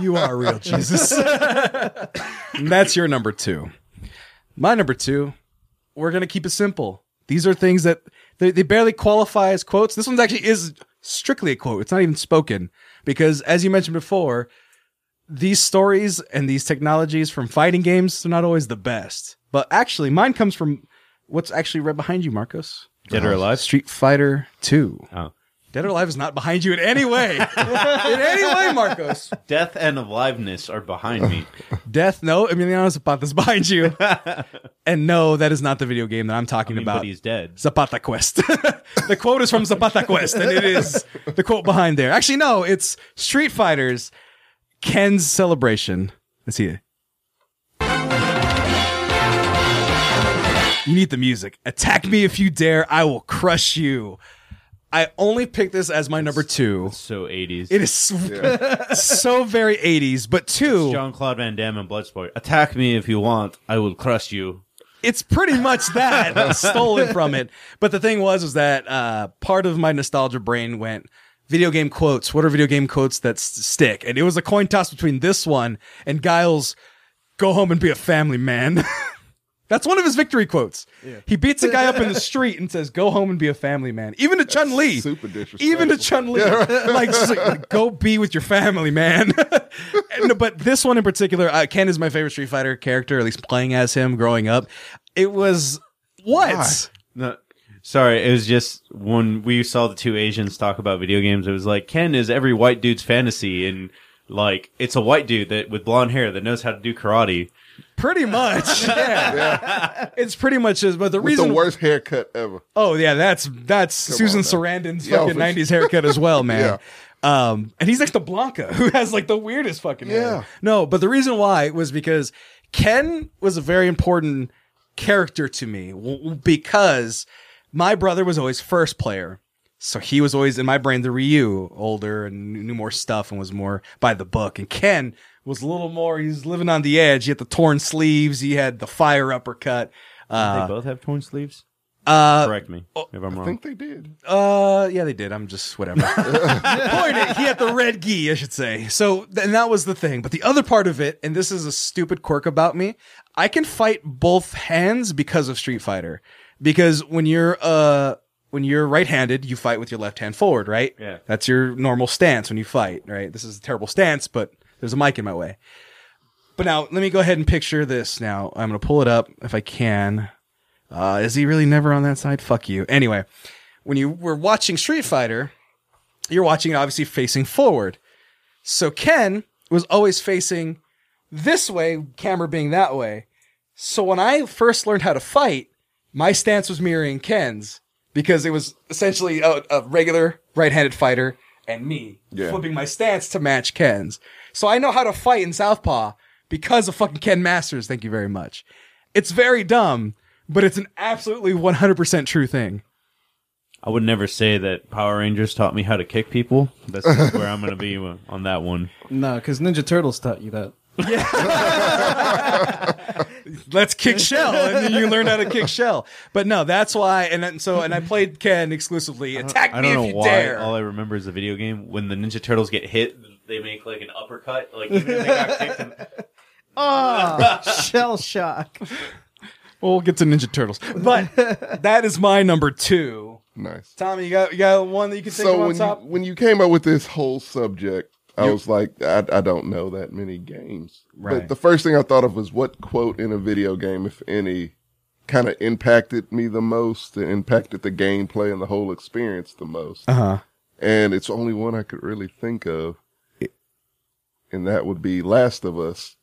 A: you are real, Jesus. And That's your number two. My number two. We're gonna keep it simple. These are things that they, they barely qualify as quotes. This one's actually is strictly a quote. It's not even spoken because, as you mentioned before, these stories and these technologies from fighting games they're not always the best. But actually, mine comes from what's actually right behind you, Marcos.
D: Dead or alive?
A: Oh, Street Fighter Two.
D: Oh.
A: Dead or Alive is not behind you in any way. in any way, Marcos.
D: Death and aliveness are behind me.
A: Death, no, Emiliano Zapata's behind you. and no, that is not the video game that I'm talking about.
D: Anybody's dead.
A: Zapata Quest. the quote is from Zapata Quest, and it is the quote behind there. Actually, no, it's Street Fighters, Ken's celebration. Let's see it. You need the music. Attack me if you dare. I will crush you. I only picked this as my number two.
D: So 80s.
A: It is so very 80s, but two,
D: Jean Claude Van Damme in Bloodsport. Attack me if you want. I will crush you.
A: it's pretty much that stolen from it. But the thing was, was that uh, part of my nostalgia brain went video game quotes. What are video game quotes that s- stick? And it was a coin toss between this one and Giles. Go home and be a family man. That's one of his victory quotes. He beats a guy up in the street and says, "Go home and be a family man." Even to Chun Li,
B: super disrespectful.
A: Even to Chun Li, like, just like, go be with your family, man. And- but this one in particular, uh, Ken is my favorite Street Fighter character, at least playing as him growing up. It was what?
D: No, sorry. It was just when we saw the two Asians talk about video games. It was like Ken is every white dude's fantasy, and like it's a white dude that with blonde hair that knows how to do karate.
A: Pretty much, yeah. It's pretty much is, but the
B: With
A: reason.
B: the worst haircut ever.
A: oh yeah, that's that's Susan
B: on,
A: Sarandon's
B: Yeah,
A: fucking
B: for sure.
A: '90s haircut as well, man. Um, and he's next to Blanca, who has like the weirdest fucking hair.
B: Yeah.
A: No, but the reason why was because Ken was a very important character to me w- w- because my brother was always first player. So he was always in my brain the Ryu, older and kn- knew more stuff and was more by the book. And Ken was a little more, he was living on the edge. He had the torn sleeves, he had the fire uppercut.
D: they both have torn sleeves.
A: Uh,
D: Correct me if I'm
B: I
D: wrong.
B: think they did.
A: uh, yeah, they did. I'm just whatever. Point it. He had the red gi, I should say. So, th- and that was the thing. But the other part of it, and this is a stupid quirk about me, I can fight both hands because of Street Fighter. Because when you're uh when you're right-handed, you fight with your left hand forward, right?
D: Yeah.
A: That's your normal stance when you fight, right? This is a terrible stance, but there's a mic in my way. But now, let me go ahead and picture this. Now, I'm gonna pull it up if I can. Uh, is he really never on that side? Fuck you. Anyway, when you were watching Street Fighter, you're watching it obviously facing forward. So Ken was always facing this way, camera being that way. So when I first learned how to fight, my stance was mirroring Ken's because it was essentially a, a regular right-handed fighter and me flipping my stance to match Ken's. So I know how to fight in Southpaw because of fucking Ken Masters. Thank you very much. It's very dumb, but it's an absolutely 100% true thing.
D: I would never say that Power Rangers taught me how to kick people. That's where I'm going to be on that one.
C: No, because Ninja Turtles taught you that.
A: let's kick shell and then you can learn how to kick shell but no that's why and then, so and i played ken exclusively attack
D: I
A: me
D: don't know
A: if you
D: why.
A: dare
D: All I remember is the video game when the Ninja Turtles get hit, they make like an uppercut. Like even if they got kicked, in,
L: Oh, shell shock.
A: well we'll get to ninja turtles but that is my number two
B: nice
A: tommy you got you got one that you can think of on
B: so when you,
A: top
B: when you came up with this whole subject, I
A: You-
B: was like, I, I don't know that many games.
A: Right.
B: But the first thing I thought of was what quote in a video game, if any, kind of impacted me the most, and impacted the gameplay and the whole experience the most.
A: Uh-huh.
B: And it's only one I could really think of, and that would be Last of Us.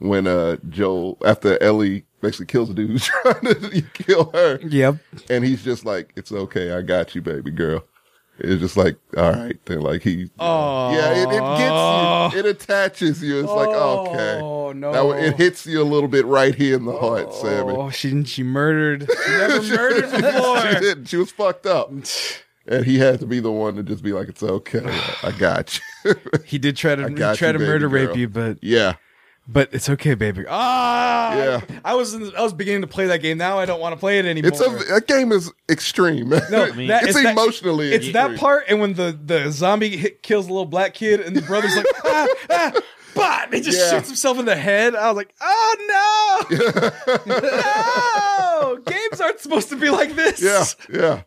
B: When uh Joel after Ellie basically kills a dude who's trying to kill her.
A: Yep.
B: And he's just like, It's okay, I got you, baby girl. It's just like, all right, then like he
A: oh
B: yeah, it, it gets you. It attaches you. It's like,
A: Oh,
B: okay. That one- it hits you a little bit right here in the heart, Sammy.
A: oh she she murdered she never murdered
B: she,
A: before
B: did. she was fucked up. And he had to be the one to just be like, it's okay. I got you.
A: he did try to
B: I got
A: try
B: you,
A: to
B: baby
A: murder rape
B: girl.
A: you but
B: yeah.
A: but it's okay baby ah
B: Yeah.
A: i was in, i was beginning to play that game now i don't want to play it anymore
B: It's a, that game is extreme.
A: No, that-
B: it's,
A: it's that-
B: emotionally
A: it's that
B: extreme.
A: part, and when the the zombie hit, kills the little black kid, and the brother's like, ah, ah, bah, and he just
B: Yeah.
A: shoots himself in the head. I was like, oh no, no, games aren't supposed to be like this.
B: Yeah, yeah.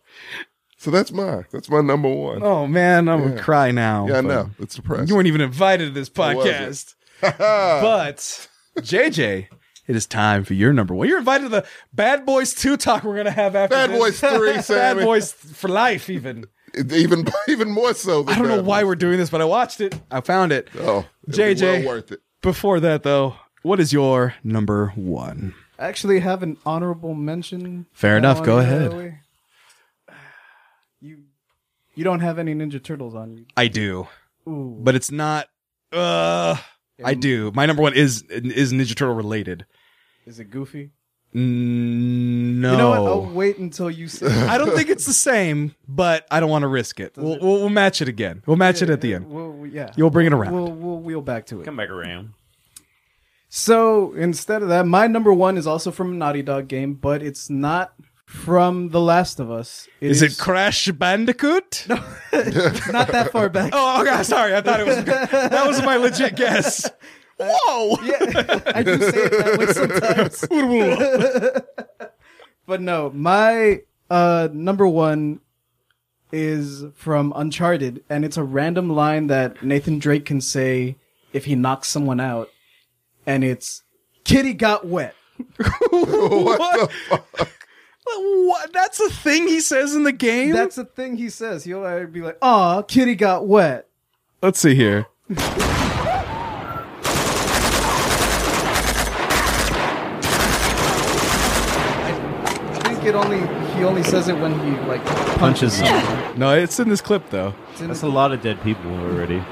B: So that's mine. That's my number one.
A: Oh man, I'm gonna cry now.
B: yeah, I
A: but
B: know. It's depressing.
A: You weren't even invited to this
B: I wasn't.
A: podcast, but JJ. It is time for your number one. You're invited to the Bad Boys 2 talk we're going to have after
B: Bad
A: this.
B: Boys 3,
A: Bad
B: Sammy.
A: Boys for life, even.
B: even even more so. Than
A: I don't know
B: Bad
A: why
B: Boys.
A: we're doing this, but I watched it. I found it.
B: Oh, it'd be
A: JJ.
B: well worth it.
A: Before that, though, what is your number one?
C: I actually have an honorable mention.
A: Fair
C: I
A: enough,
C: wanna
A: go
C: that
A: ahead.
C: way. You, you don't have any Ninja Turtles on you.
A: I do,
C: Ooh.
A: but it's not. Uh, I do. My number one is is Ninja Turtle related.
C: Is it Goofy?
A: N- No,
C: You know what? Oh. I'll wait until you say.
A: I don't think it's the same, but I don't want to risk it. We'll, we'll, we'll match it again. We'll match it at the end.
C: Well, yeah.
A: You'll bring it around.
C: We'll, we'll wheel back to it.
D: come back around.
C: So instead of that, my number one is also from a Naughty Dog game, but it's not from The Last of Us. It
A: Is it Crash Bandicoot? No.
C: not that far back?
A: Oh, okay. Sorry, I thought it was. that was my legit guess. Whoa!
C: I do say it that way sometimes. But no, my uh, number one is from Uncharted, and it's a random line that Nathan Drake can say if he knocks someone out, and it's "Kitty got wet."
A: what? What? That's a thing he says in the game.
C: That's the thing he says. He'll either be like, "Aw, Kitty got wet,"
A: Let's see here.
C: I think it only he only says it when he like
D: Punches. them.
A: No, it's in this clip though.
D: That's a lot of dead people already.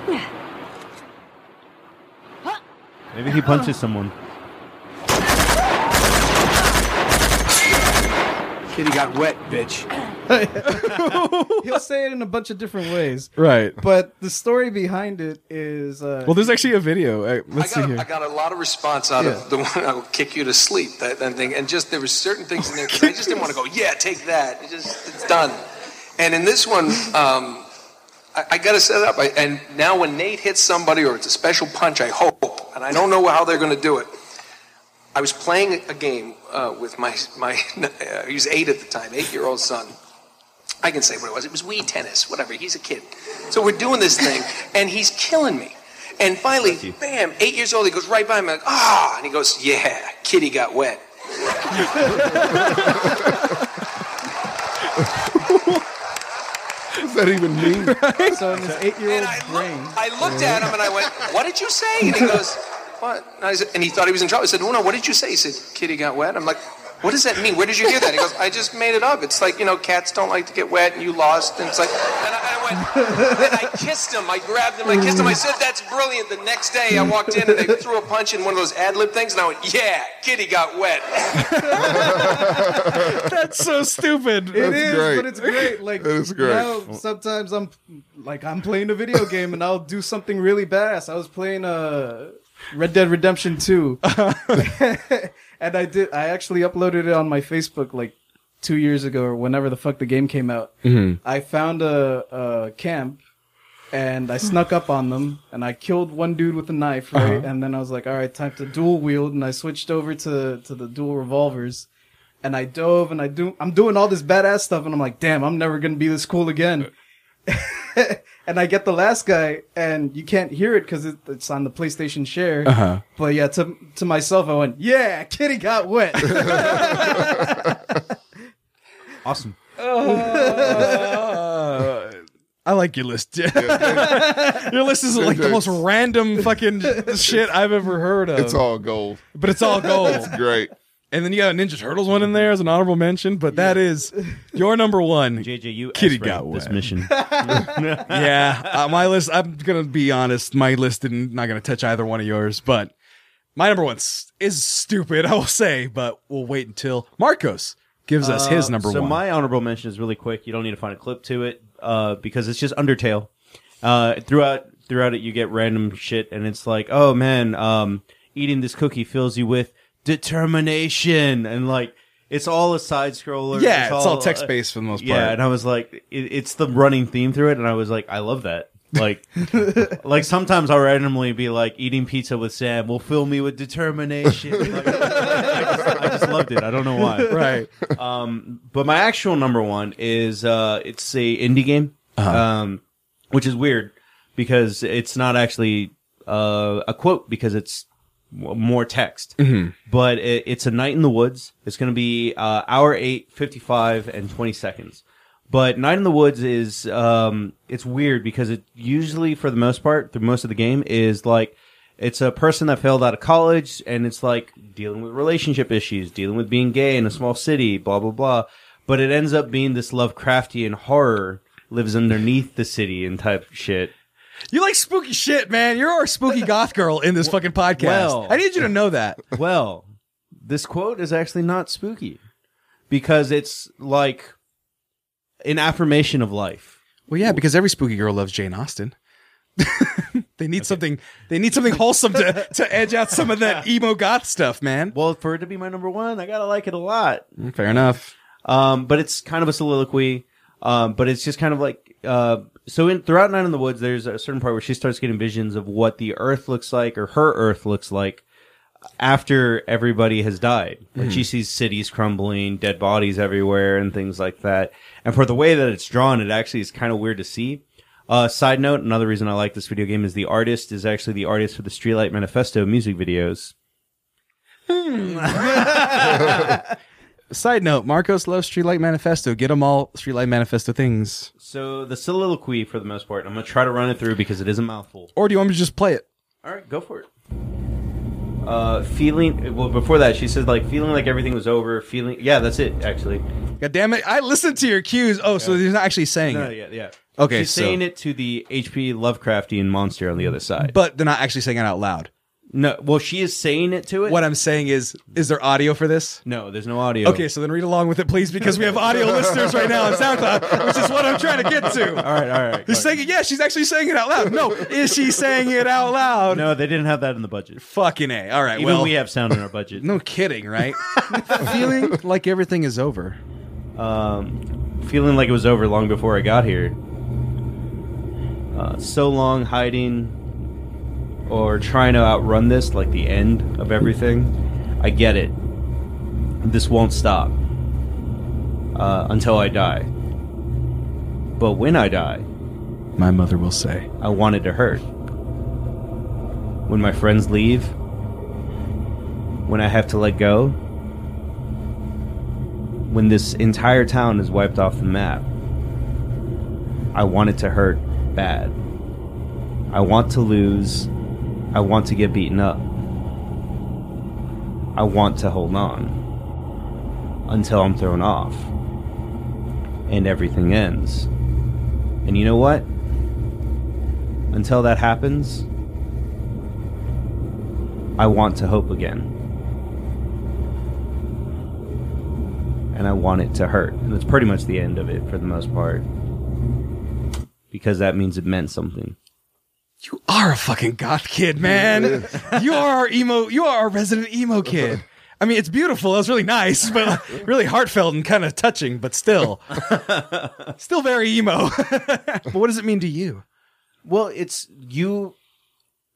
D: Maybe he punches someone.
F: Kitty got wet, bitch.
C: he'll say it in a bunch of different ways.
A: Right.
C: But the story behind it is uh,
A: Well, there's actually a video. Uh, Let's
M: I
A: see
M: got,
A: here.
M: a, I got a lot of response out of the one I will kick you to sleep that, that thing, and just there were certain things in there 'cause I just didn't want to go. Yeah, take that. It just it's done. And in this one, um, I, I got to set it up. I, and now when Nate hits somebody or it's a special punch, I hope, and I don't know how they're going to do it. I was playing a game uh, with my my uh, he was eight at the time, eight year old son. I can say what it was. It was Wii tennis, whatever. He's a kid. So we're doing this thing, and he's killing me. And finally, bam, eight years old, he goes right by me, like, ah, and he goes, yeah, kitty got wet.
B: What does that even mean?
C: so in his eight-year-old brain.
M: I looked at him and I went, what did you say? And he goes, what? And, I said, and he thought he was in trouble. I said, no, no, what did you say? He said, kitty got wet. I'm like, what does that mean? Where did you hear that? He goes, I just made it up. It's like, you know, cats don't like to get wet and you lost. And it's like, and I, and I went, and I kissed him. I grabbed him. I kissed him. I said, that's brilliant. The next day I walked in and they threw a punch in one of those ad lib things. And I went, yeah, kitty got wet.
A: That's so stupid.
C: It
B: That's
C: is,
B: great.
C: but it's great. Like
B: That is great.
C: Now, sometimes I'm like I'm playing a video game and I'll do something really badass. I was playing uh Red Dead Redemption Two, and I did. I actually uploaded it on my Facebook like two years ago or whenever the fuck the game came out.
A: Mhm.
B: Mm-hmm.
C: I found a, a camp, and I snuck up on them, and I killed one dude with a knife, right?
A: Uh-huh.
C: And then I was like, all right, time to dual wield, and I switched over to to the dual revolvers. And I dove, and I do. I'm doing all this badass stuff, and I'm like, "Damn, I'm never gonna be this cool again." and I get the last guy, and you can't hear it because it, it's on the PlayStation Share.
A: Uh-huh.
C: But yeah, to to myself, I went, "Yeah, Kitty got wet."
D: Awesome.
A: Uh, I like your list. your list is like the most random fucking shit I've ever heard of.
B: It's all gold.
A: But it's all gold.
B: It's great.
A: And then you got a Ninja Turtles one in there as an honorable mention, but that is your number one.
D: JJ, you
A: Kitty
D: S-ranked
A: got wet.
D: this mission.
A: yeah, uh, my list. I'm gonna be honest. My list didn't not gonna touch either one of yours, but my number one s- is stupid. I will say, but we'll wait until Marcos gives us his
D: Uh,
A: number
D: so
A: one.
D: my honorable mention is really quick. You don't need to find a clip to it uh, because it's just Undertale. Uh, throughout throughout it, you get random shit, and it's like, oh man, um, eating this cookie fills you with determination, and like it's all a side scroller.
A: Yeah, it's all text-based for the most
D: uh, Yeah,
A: part.
D: and I was like, it, it's the running theme through it, and I was like, I love that. Like, like sometimes I'll randomly be like, eating pizza with Sam will fill me with determination. Like, I, just, I just loved it. I don't know why.
A: Right.
D: Um, but my actual number one is uh, it's a indie game,
A: Uh-huh.
D: um, which is weird because it's not actually uh, a quote because it's w- more text.
A: Mhm.
D: But it, it's a night in the woods. It's going to be uh, hour eight, fifty-five, and twenty seconds. But Night in the Woods is um, it's weird because it usually, for the most part, through most of the game, is like it's a person that failed out of college and it's like dealing with relationship issues, dealing with being gay in a small city, blah blah blah. But it ends up being this Lovecraftian horror lives underneath the city and type shit.
A: you like spooky shit, man. You're our spooky goth girl in this fucking podcast.
D: well.
A: I need you to know that.
D: Well, this quote is actually not spooky because it's like an affirmation of life.
A: Well, yeah, because every spooky girl loves Jane Austen. they need something. They need something wholesome to, to edge out some of that emo goth stuff, man.
D: Well, for it to be my number one, I gotta like it a lot.
A: Fair enough.
D: Um, but it's kind of a soliloquy. Um, but it's just kind of like uh, so in throughout Night in the Woods, there's a certain part where she starts getting visions of what the Earth looks like or her Earth looks like after everybody has died. Like
A: Mhm.
D: she sees cities crumbling, dead bodies everywhere, and things like that. And for the way that it's drawn, it actually is kind of weird to see. Uh, side note: another reason I like this video game is the artist is actually the artist for the Streetlight Manifesto music videos.
A: Side note: Marcos loves Streetlight Manifesto. Get them all Streetlight Manifesto things.
D: So the soliloquy, for the most part, I'm gonna try to run it through because it is a mouthful.
A: Or do you want me to just play it?
D: All right, go for it. Uh, feeling well before that, she says like feeling like everything was over. Feeling yeah, that's it actually.
A: God damn it! I listened to your cues. Oh, so he's not actually saying
D: No,
A: it.
D: Uh, yeah, yeah.
A: Okay,
D: she's
A: so-
D: saying it to the HP Lovecraftian monster on the other side.
A: But they're not actually saying it out loud.
D: No, well, she is saying it to it.
A: What I'm saying is, is there audio for this?
D: No, there's no audio.
A: Okay, so then read along with it, please, because we have audio listeners right now on SoundCloud, which is what I'm trying to get to.
D: All right, all right.
A: He's saying it. Yeah, she's actually saying it out loud. No, is she saying it out loud?
D: No, they didn't have that in the budget.
A: Fucking a. All right.
D: Even
A: well,
D: we have sound in our budget.
A: No kidding, right? Feeling like everything is over.
D: Um, feeling like it was over long before I got here. Uh, so long hiding or trying to outrun this, like the end of everything. I get it. This won't stop uh, until I die. But when I die,
A: My mother will say.
D: I wanted to hurt. When my friends leave, when I have to let go, when this entire town is wiped off the map, I want it to hurt bad. I want to lose. I want to get beaten up. I want to hold on until I'm thrown off and everything ends. And you know what? Until that happens, I want to hope again. And I want it to hurt. And that's pretty much the end of it for the most part. Because that means it meant something.
A: You are a fucking goth kid, man. you are our emo. You are our resident emo kid. I mean, it's beautiful. That's really nice, but like, really heartfelt and kind of touching. But still, still very emo. but what does it mean to you?
D: Well, it's you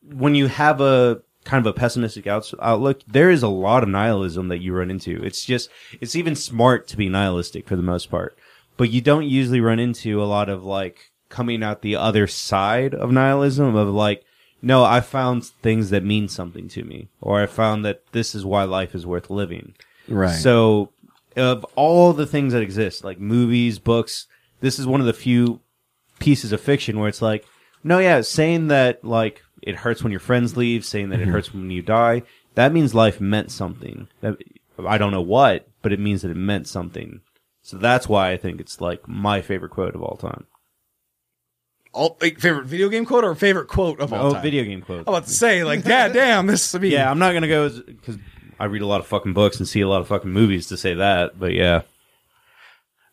D: when you have a kind of a pessimistic outs- outlook. There is a lot of nihilism that you run into. It's just it's even smart to be nihilistic for the most part, but you don't usually run into a lot of like coming out the other side of nihilism of like. No, I found things that mean something to me, or I found that this is why life is worth living.
A: Right.
D: So, of all the things that exist, like movies, books, this is one of the few pieces of fiction where it's like, no, yeah, saying that like it hurts when your friends leave, saying that
A: Mhm.
D: it hurts when you die, that means life meant something. That, I don't know what, but it means that it meant something. So that's why I think it's like my favorite quote of all time.
A: All like, favorite video game quote or favorite quote of all
D: oh,
A: time?
D: video game quote.
A: I'm about to say, like, god damn, this. I mean,
D: yeah, I'm not gonna go because I read a lot of fucking books and see a lot of fucking movies to say that, but yeah.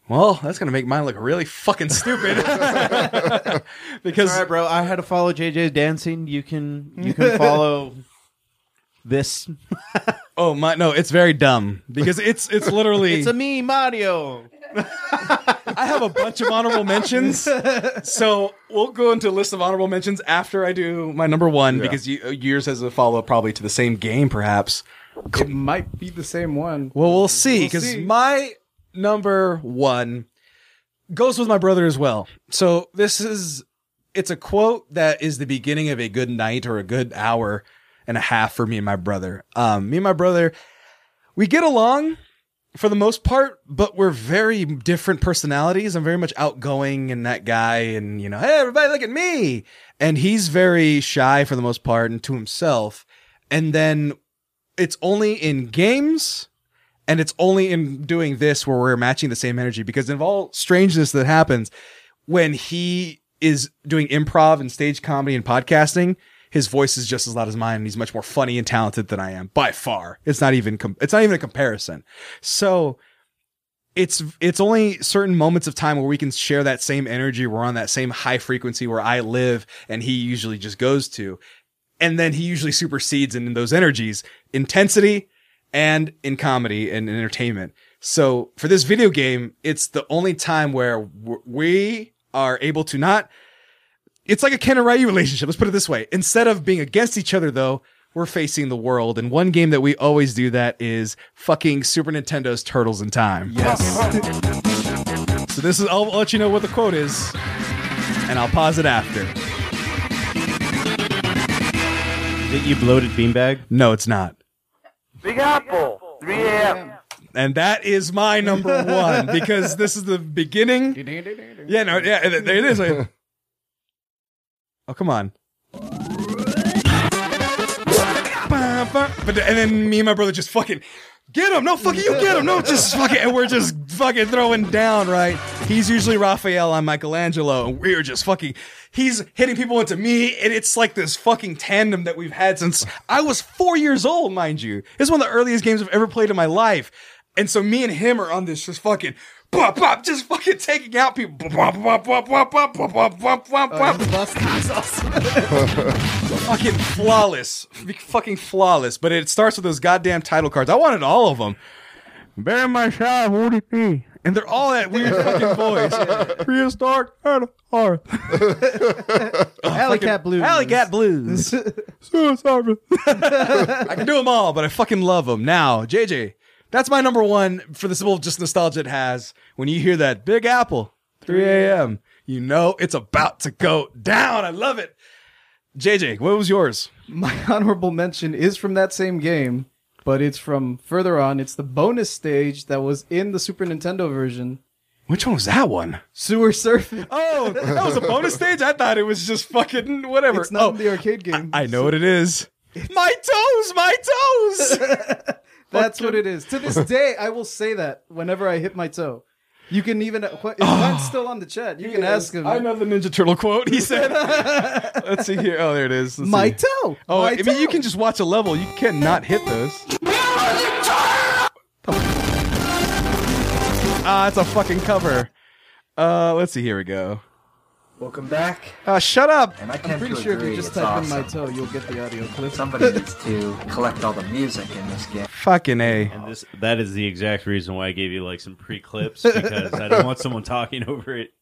A: Well, that's gonna make mine look really fucking stupid. because
D: all right, bro, I had to follow JJ's dancing. You can you can follow this.
A: oh my, no, it's very dumb because it's it's literally
D: it's a me Mario.
A: I have a bunch of honorable mentions. So we'll go into a list of honorable mentions after I do my number one
C: Yeah.
A: because you, yours has a follow up probably to the same game, perhaps.
C: It might be the same one.
A: Well, we'll see
C: We'll
A: because
C: see.
A: my number one goes with my brother as well. So this is it's a quote that is the beginning of a good night or a good hour and a half for me and my brother. Um, me and my brother, we get along for the most part, but we're very different personalities. I'm very much outgoing and that guy, and you know, hey, everybody, look at me. And he's very shy for the most part and to himself. And then it's only in games and it's only in doing this where we're matching the same energy because of all strangeness that happens when he is doing improv and stage comedy and podcasting his voice is just as loud as mine and he's much more funny and talented than i am by far it's not even com- it's not even a comparison so it's it's only certain moments of time where we can share that same energy we're on that same high frequency where i live and he usually just goes to and then he usually supersedes in those energies intensity and in comedy and in entertainment so for this video game it's the only time where w- we are able to not it's like a Ken and Ryu relationship. Let's put it this way. Instead of being against each other, though, we're facing the world. And one game that we always do that is fucking Super Nintendo's Turtles in Time. So this is, I'll, let you know what the quote is, and I'll pause it after.
D: Is it you bloated beanbag?
A: No, it's not.
N: Big Apple, 3 a.m.
A: And that is my number one because this is the beginning. Yeah, no, yeah, there it is. Like- Oh, come on. But and then me and my brother just fucking get him. No, fucking you get him. No, just fucking. And we're just fucking throwing down. Right? He's usually Raphael. I'm Michelangelo, and we're just fucking. He's hitting people into me, and it's like this fucking tandem that we've had since I was four years old, mind you. It's one of the earliest games I've ever played in my life, and so me and him are on this just fucking. Bop, bop, just fucking taking out people. Bop, bop, bop, bop, bop, bop, bop, bop, bop, bop. fucking flawless, F- fucking flawless. But it starts with those goddamn title cards. I wanted all of them. Bear in my shot, what it be? And they're all that weird fucking voice. Prehistoric Earth.
L: Alley Cat Blues.
A: Oh, Alley Cat Blues. I can do them all, but I fucking love them. Now, JJ, that's my number one for the simple just nostalgia it has. When you hear that Big Apple, 3 a.m., you know it's about to go down. I love it. JJ, what was yours?
C: My honorable mention is from that same game, but it's from further on. It's the bonus stage that was in the Super Nintendo version.
A: Which one was that one?
C: Sewer Surfing.
A: Oh, that was a bonus stage. I thought it was just fucking whatever. Oh,
C: It's not in the arcade game.
A: I know what it is. My toes, my toes.
C: That's what it is. To this day, I will say that whenever I hit my toe. You can even if Juan's still on the chat, you can ask him.
A: I know the Ninja Turtle quote. He said, "Let's see here. Oh, there it is. Let's
C: My
A: see.
C: toe.
A: Oh,
C: My
A: I mean, you can just watch a level. You cannot hit those. Ah, it's a fucking cover. Uh, let's see. Here we go.
H: Welcome back.
A: Uh, shut up.
H: And I
C: I'm
H: tend
C: pretty
H: to
C: sure if
H: agree,
C: you just
H: it's
C: type in my
H: awesome.
C: toe, you'll get the audio clip.
H: Somebody needs to collect all the music in this game.
A: Fucking a.
D: And this, that is the exact reason why I gave you like some pre clips because I don't want someone talking over it.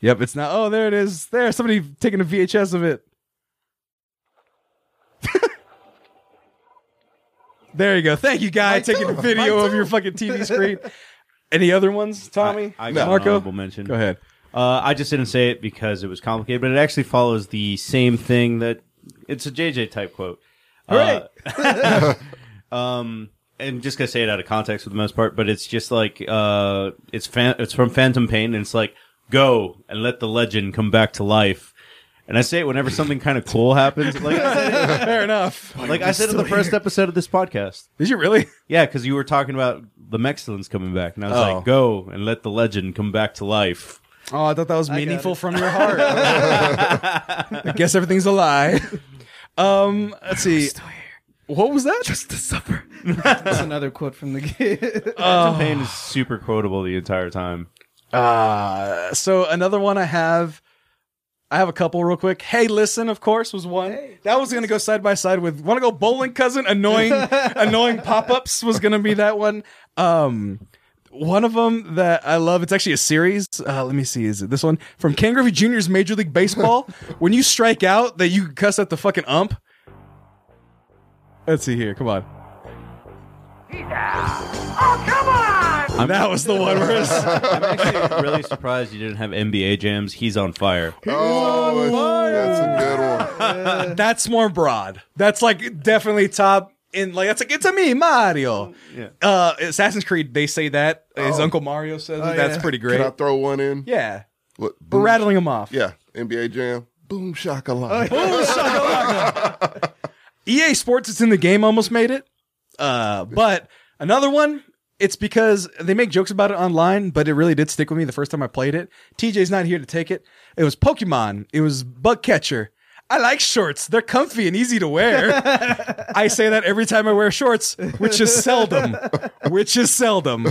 A: Yep, it's not. Oh, there it is. There, somebody taking a VHS of it. there you go. Thank you, guy, taking a
D: toe.
A: video
D: My
A: of your
D: toe.
A: fucking TV screen. Any other ones, Tommy?
D: I got an
A: Marco.
D: honorable mention.
A: Go ahead.
D: Uh, I just didn't say it because it was complicated, but it actually follows the same thing that it's a JJ type quote.
A: Hooray!
D: Uh, um, and just gonna say it out of context for the most part, but it's just like uh, it's fan- it's from Phantom Pain, and it's like go and let the legend come back to life. And I say it whenever something kind of cool happens. Like I said,
A: Fair enough.
D: like I said in the first episode of this podcast.
A: Did you really?
D: Yeah, because you were talking about the Mexicans coming back, and I was
A: Oh.
D: like, "Go and let the legend come back to life."
A: Oh, I thought that was meaningful from your heart. I guess everything's a lie. Um, let's see. What was that? Just the supper.
C: That's another quote from the game.
D: Phantom Pain is
A: Oh.
D: super quotable the entire time.
A: Uh, so another one I have, I have a couple real quick. Hey, listen, of course, was one that was gonna go side by side with. Want to go bowling, cousin? Annoying, annoying pop ups was gonna be that one. Um, one of them that I love. It's actually a series. Uh, let me see. Is it this one from Ken Griffey Jr.'s Major League Baseball? when you strike out, that you cuss at the fucking ump. Let's see here. Come on. that was the one where it's-
D: I'm actually really surprised you didn't have NBA jams. He's on fire.
B: Oh, that's, that's a good one. Uh,
A: that's more broad. That's like definitely top in like that's like it's a me Mario.
D: Yeah.
A: Uh, Assassin's Creed they say that his
B: Oh.
A: Uncle Mario says
B: Oh,
A: it. that's
B: yeah.
A: pretty great.
B: Can I throw one in?
A: Yeah.
B: What,
A: We're rattling them off.
B: Yeah, NBA Jam. Boom shakalaka.
A: Boom shakalaka. EA E Sports it's in the game almost made it. Uh, but another one. It's because they make jokes about it online, but it really did stick with me the first time I played it. TJ's not here to take it. It was Pokemon. It was Bug Catcher. I like shorts. They're comfy and easy to wear. I say that every time I wear shorts, which is seldom. Which is seldom.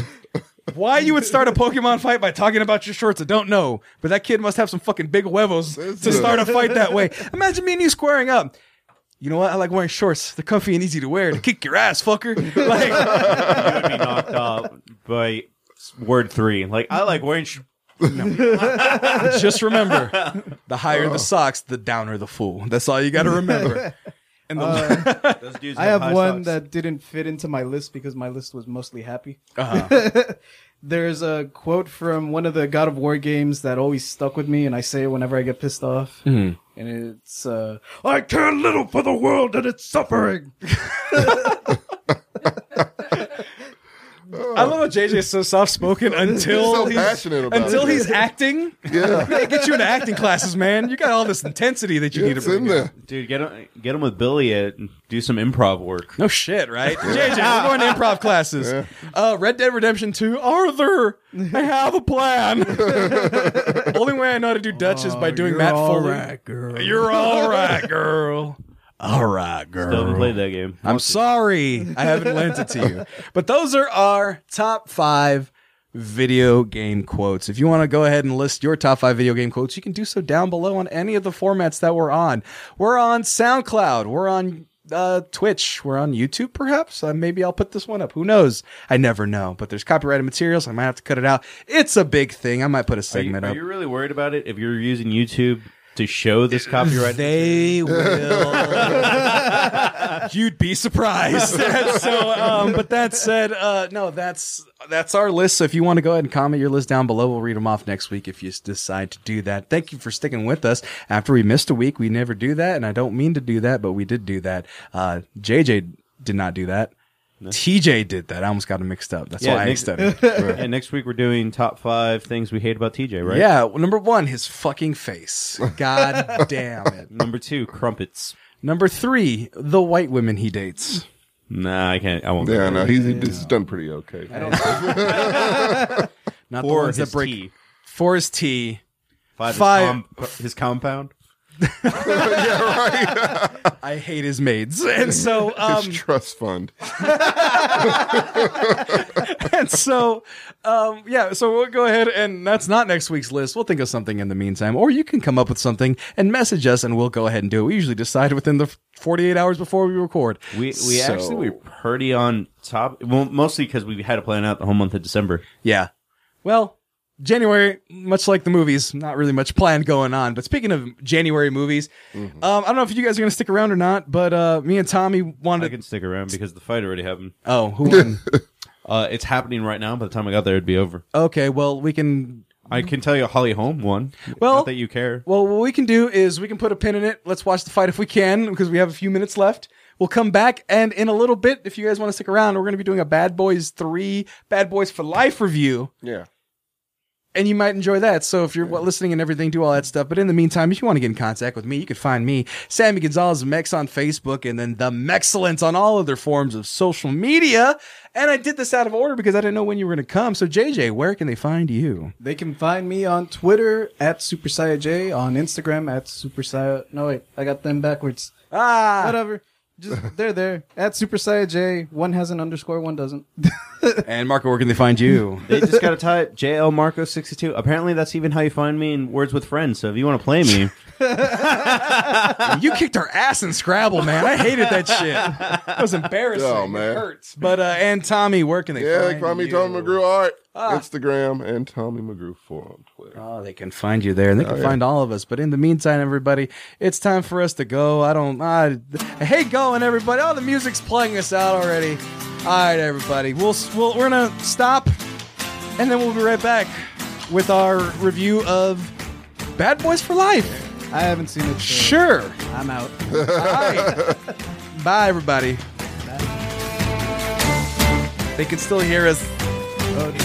A: Why you would start a Pokemon fight by talking about your shorts, I don't know. But that kid must have some fucking big huevos to
B: it.
A: start a fight that way. Imagine me and you squaring up. You know what? I like wearing shorts. They're comfy and easy to wear. To kick your ass, fucker. Like,
D: You would be knocked out by word three. Like I like wearing. Sh-
A: just remember, the higher the socks, the downer the fool. That's all you got to remember. And the
D: Those dudes
C: I have
D: high
C: one
D: socks.
C: that didn't fit into my list because my list was mostly happy.
A: Uh-huh.
C: There's a quote from one of the God of War games that always stuck with me, and I say it whenever I get pissed off.
A: Mhm.
C: And it's, uh, I care little for the world and its suffering.
A: I love how JJ is so soft spoken until
B: He's so
A: he's
B: passionate about
A: until
B: it.
A: he's acting.
B: Yeah.
A: They get you into acting classes, man. You got all this intensity that you need to
B: It's
A: bring
B: in there.
D: dude. Get him, get him with Billy and do some improv work.
A: No shit, right? JJ, we're going to improv classes. Uh, Red Dead Redemption 2, Arthur, I have a plan. Only way I know how to do Dutch is by doing Matt Foley.
C: girl.
A: You're all right, girl. All right, girl.
D: Still haven't played that game.
A: I'm sorry I haven't lent it to you. But those are our top five video game quotes. If you want to go ahead and list your top five video game quotes, you can do so down below on any of the formats that we're on. We're on SoundCloud. We're on uh, Twitch. We're on YouTube, perhaps. Uh, maybe I'll put this one up. Who knows? I never know. But there's copyrighted materials. I might have to cut it out. It's a big thing. I might put a
D: Are you,
A: segment
D: are
A: up.
D: you really worried about it? If you're using YouTube to show this copyright,
A: They will. You'd be surprised. so, um, but that said, uh, no, that's that's our list. So if you want to go ahead and comment your list down below, we'll read them off next week if you s- decide to do that. Thank you for sticking with us. After we missed a week, we never do that, and I don't mean to do that, but we did do that. Uh, JJ did not do that. TJ did that. I almost got him mixed up. That's why I
D: next,
A: studied.
D: yeah, next week we're doing top five things we hate about TJ, right?
A: Yeah, well, number one, his fucking face. God damn it.
D: Number two, crumpets.
A: Number three, the white women he dates.
D: Nah, I can't. I won't.
B: Yeah,
D: go
B: no,
D: there.
B: he's, he's done pretty okay.
A: Not
D: Four
A: the ones
D: his
A: that break.
D: tea.
A: Four is tea.
D: Five. His,
A: Five-
D: com- his compound.
A: yeah, right. I hate his maids, and so um,
B: his trust fund.
A: and so, um, yeah, so we'll go ahead and that's not next week's list. We'll think of something in the meantime, or you can come up with something and message us, and we'll go ahead and do it. We usually decide within the 48 hours before we record.
D: We we actually were pretty on top. Well, mostly because we had to plan out the whole month of December.
A: Yeah. Well, January, much like the movies, not really much plan going on. But speaking of January movies, um, I don't know if you guys are going to stick around or not, but uh, me and Tommy wanted.
D: I can stick around because the fight already happened.
A: Oh, who won?
D: uh, it's happening right now. By the time I got there, it'd be over.
A: okay, well, we can.
D: I can tell you Holly Holm won.
A: Mm-hmm. Well,
D: Not that you care.
A: Well, what we can do is we can put a pin in it. Let's watch the fight if we can, because we have a few minutes left. We'll come back, and in a little bit, if you guys want to stick around, we're going to be doing a Bad Boys 3, Bad Boys for Life review.
B: Yeah.
A: and you might enjoy that. So if you're what, listening and everything, do all that stuff. But in the meantime, if you want to get in contact with me, you can find me, Sammy Gonzalez Mex on Facebook, and then the Mexcellence on all other forms of social media. And I did this out of order because I didn't know when you were going to come. So JJ, where can they find you?
C: They can find me on Twitter at Super Saiya J, on Instagram at Super Saiya. No, wait, I got them backwards.
A: Ah,
C: whatever. Just they're there at Super Saiya J. One has an underscore, one doesn't.
A: and Marco, where can they find you?
D: They just got to type JL Marco 62. Apparently, that's even how you find me in Words with Friends. So if you want to play me,
A: you kicked our ass in Scrabble, man. I hated that shit. That was embarrassing.
B: Oh,
A: It
B: man.
A: hurts. But uh, and Tommy, where can they?
B: Yeah,
A: find
B: call me
A: you?
B: Tommy McGrew Art,
A: Ah.
B: Instagram, and Tommy McGrew Four on Twitter.
A: Oh, they can find you there, and they
B: Oh,
A: can find all of us. But in the meantime, everybody, it's time for us to go. I don't, I, I hate going, everybody. Oh, the music's playing us out already. All right, everybody, we'll, s- we'll we're gonna stop, and then we'll be right back with our review of Bad Boys for Life.
C: I haven't seen it.
A: Sure.
C: I'm out.
A: All right. Bye, everybody. They can still hear us.
C: Oh,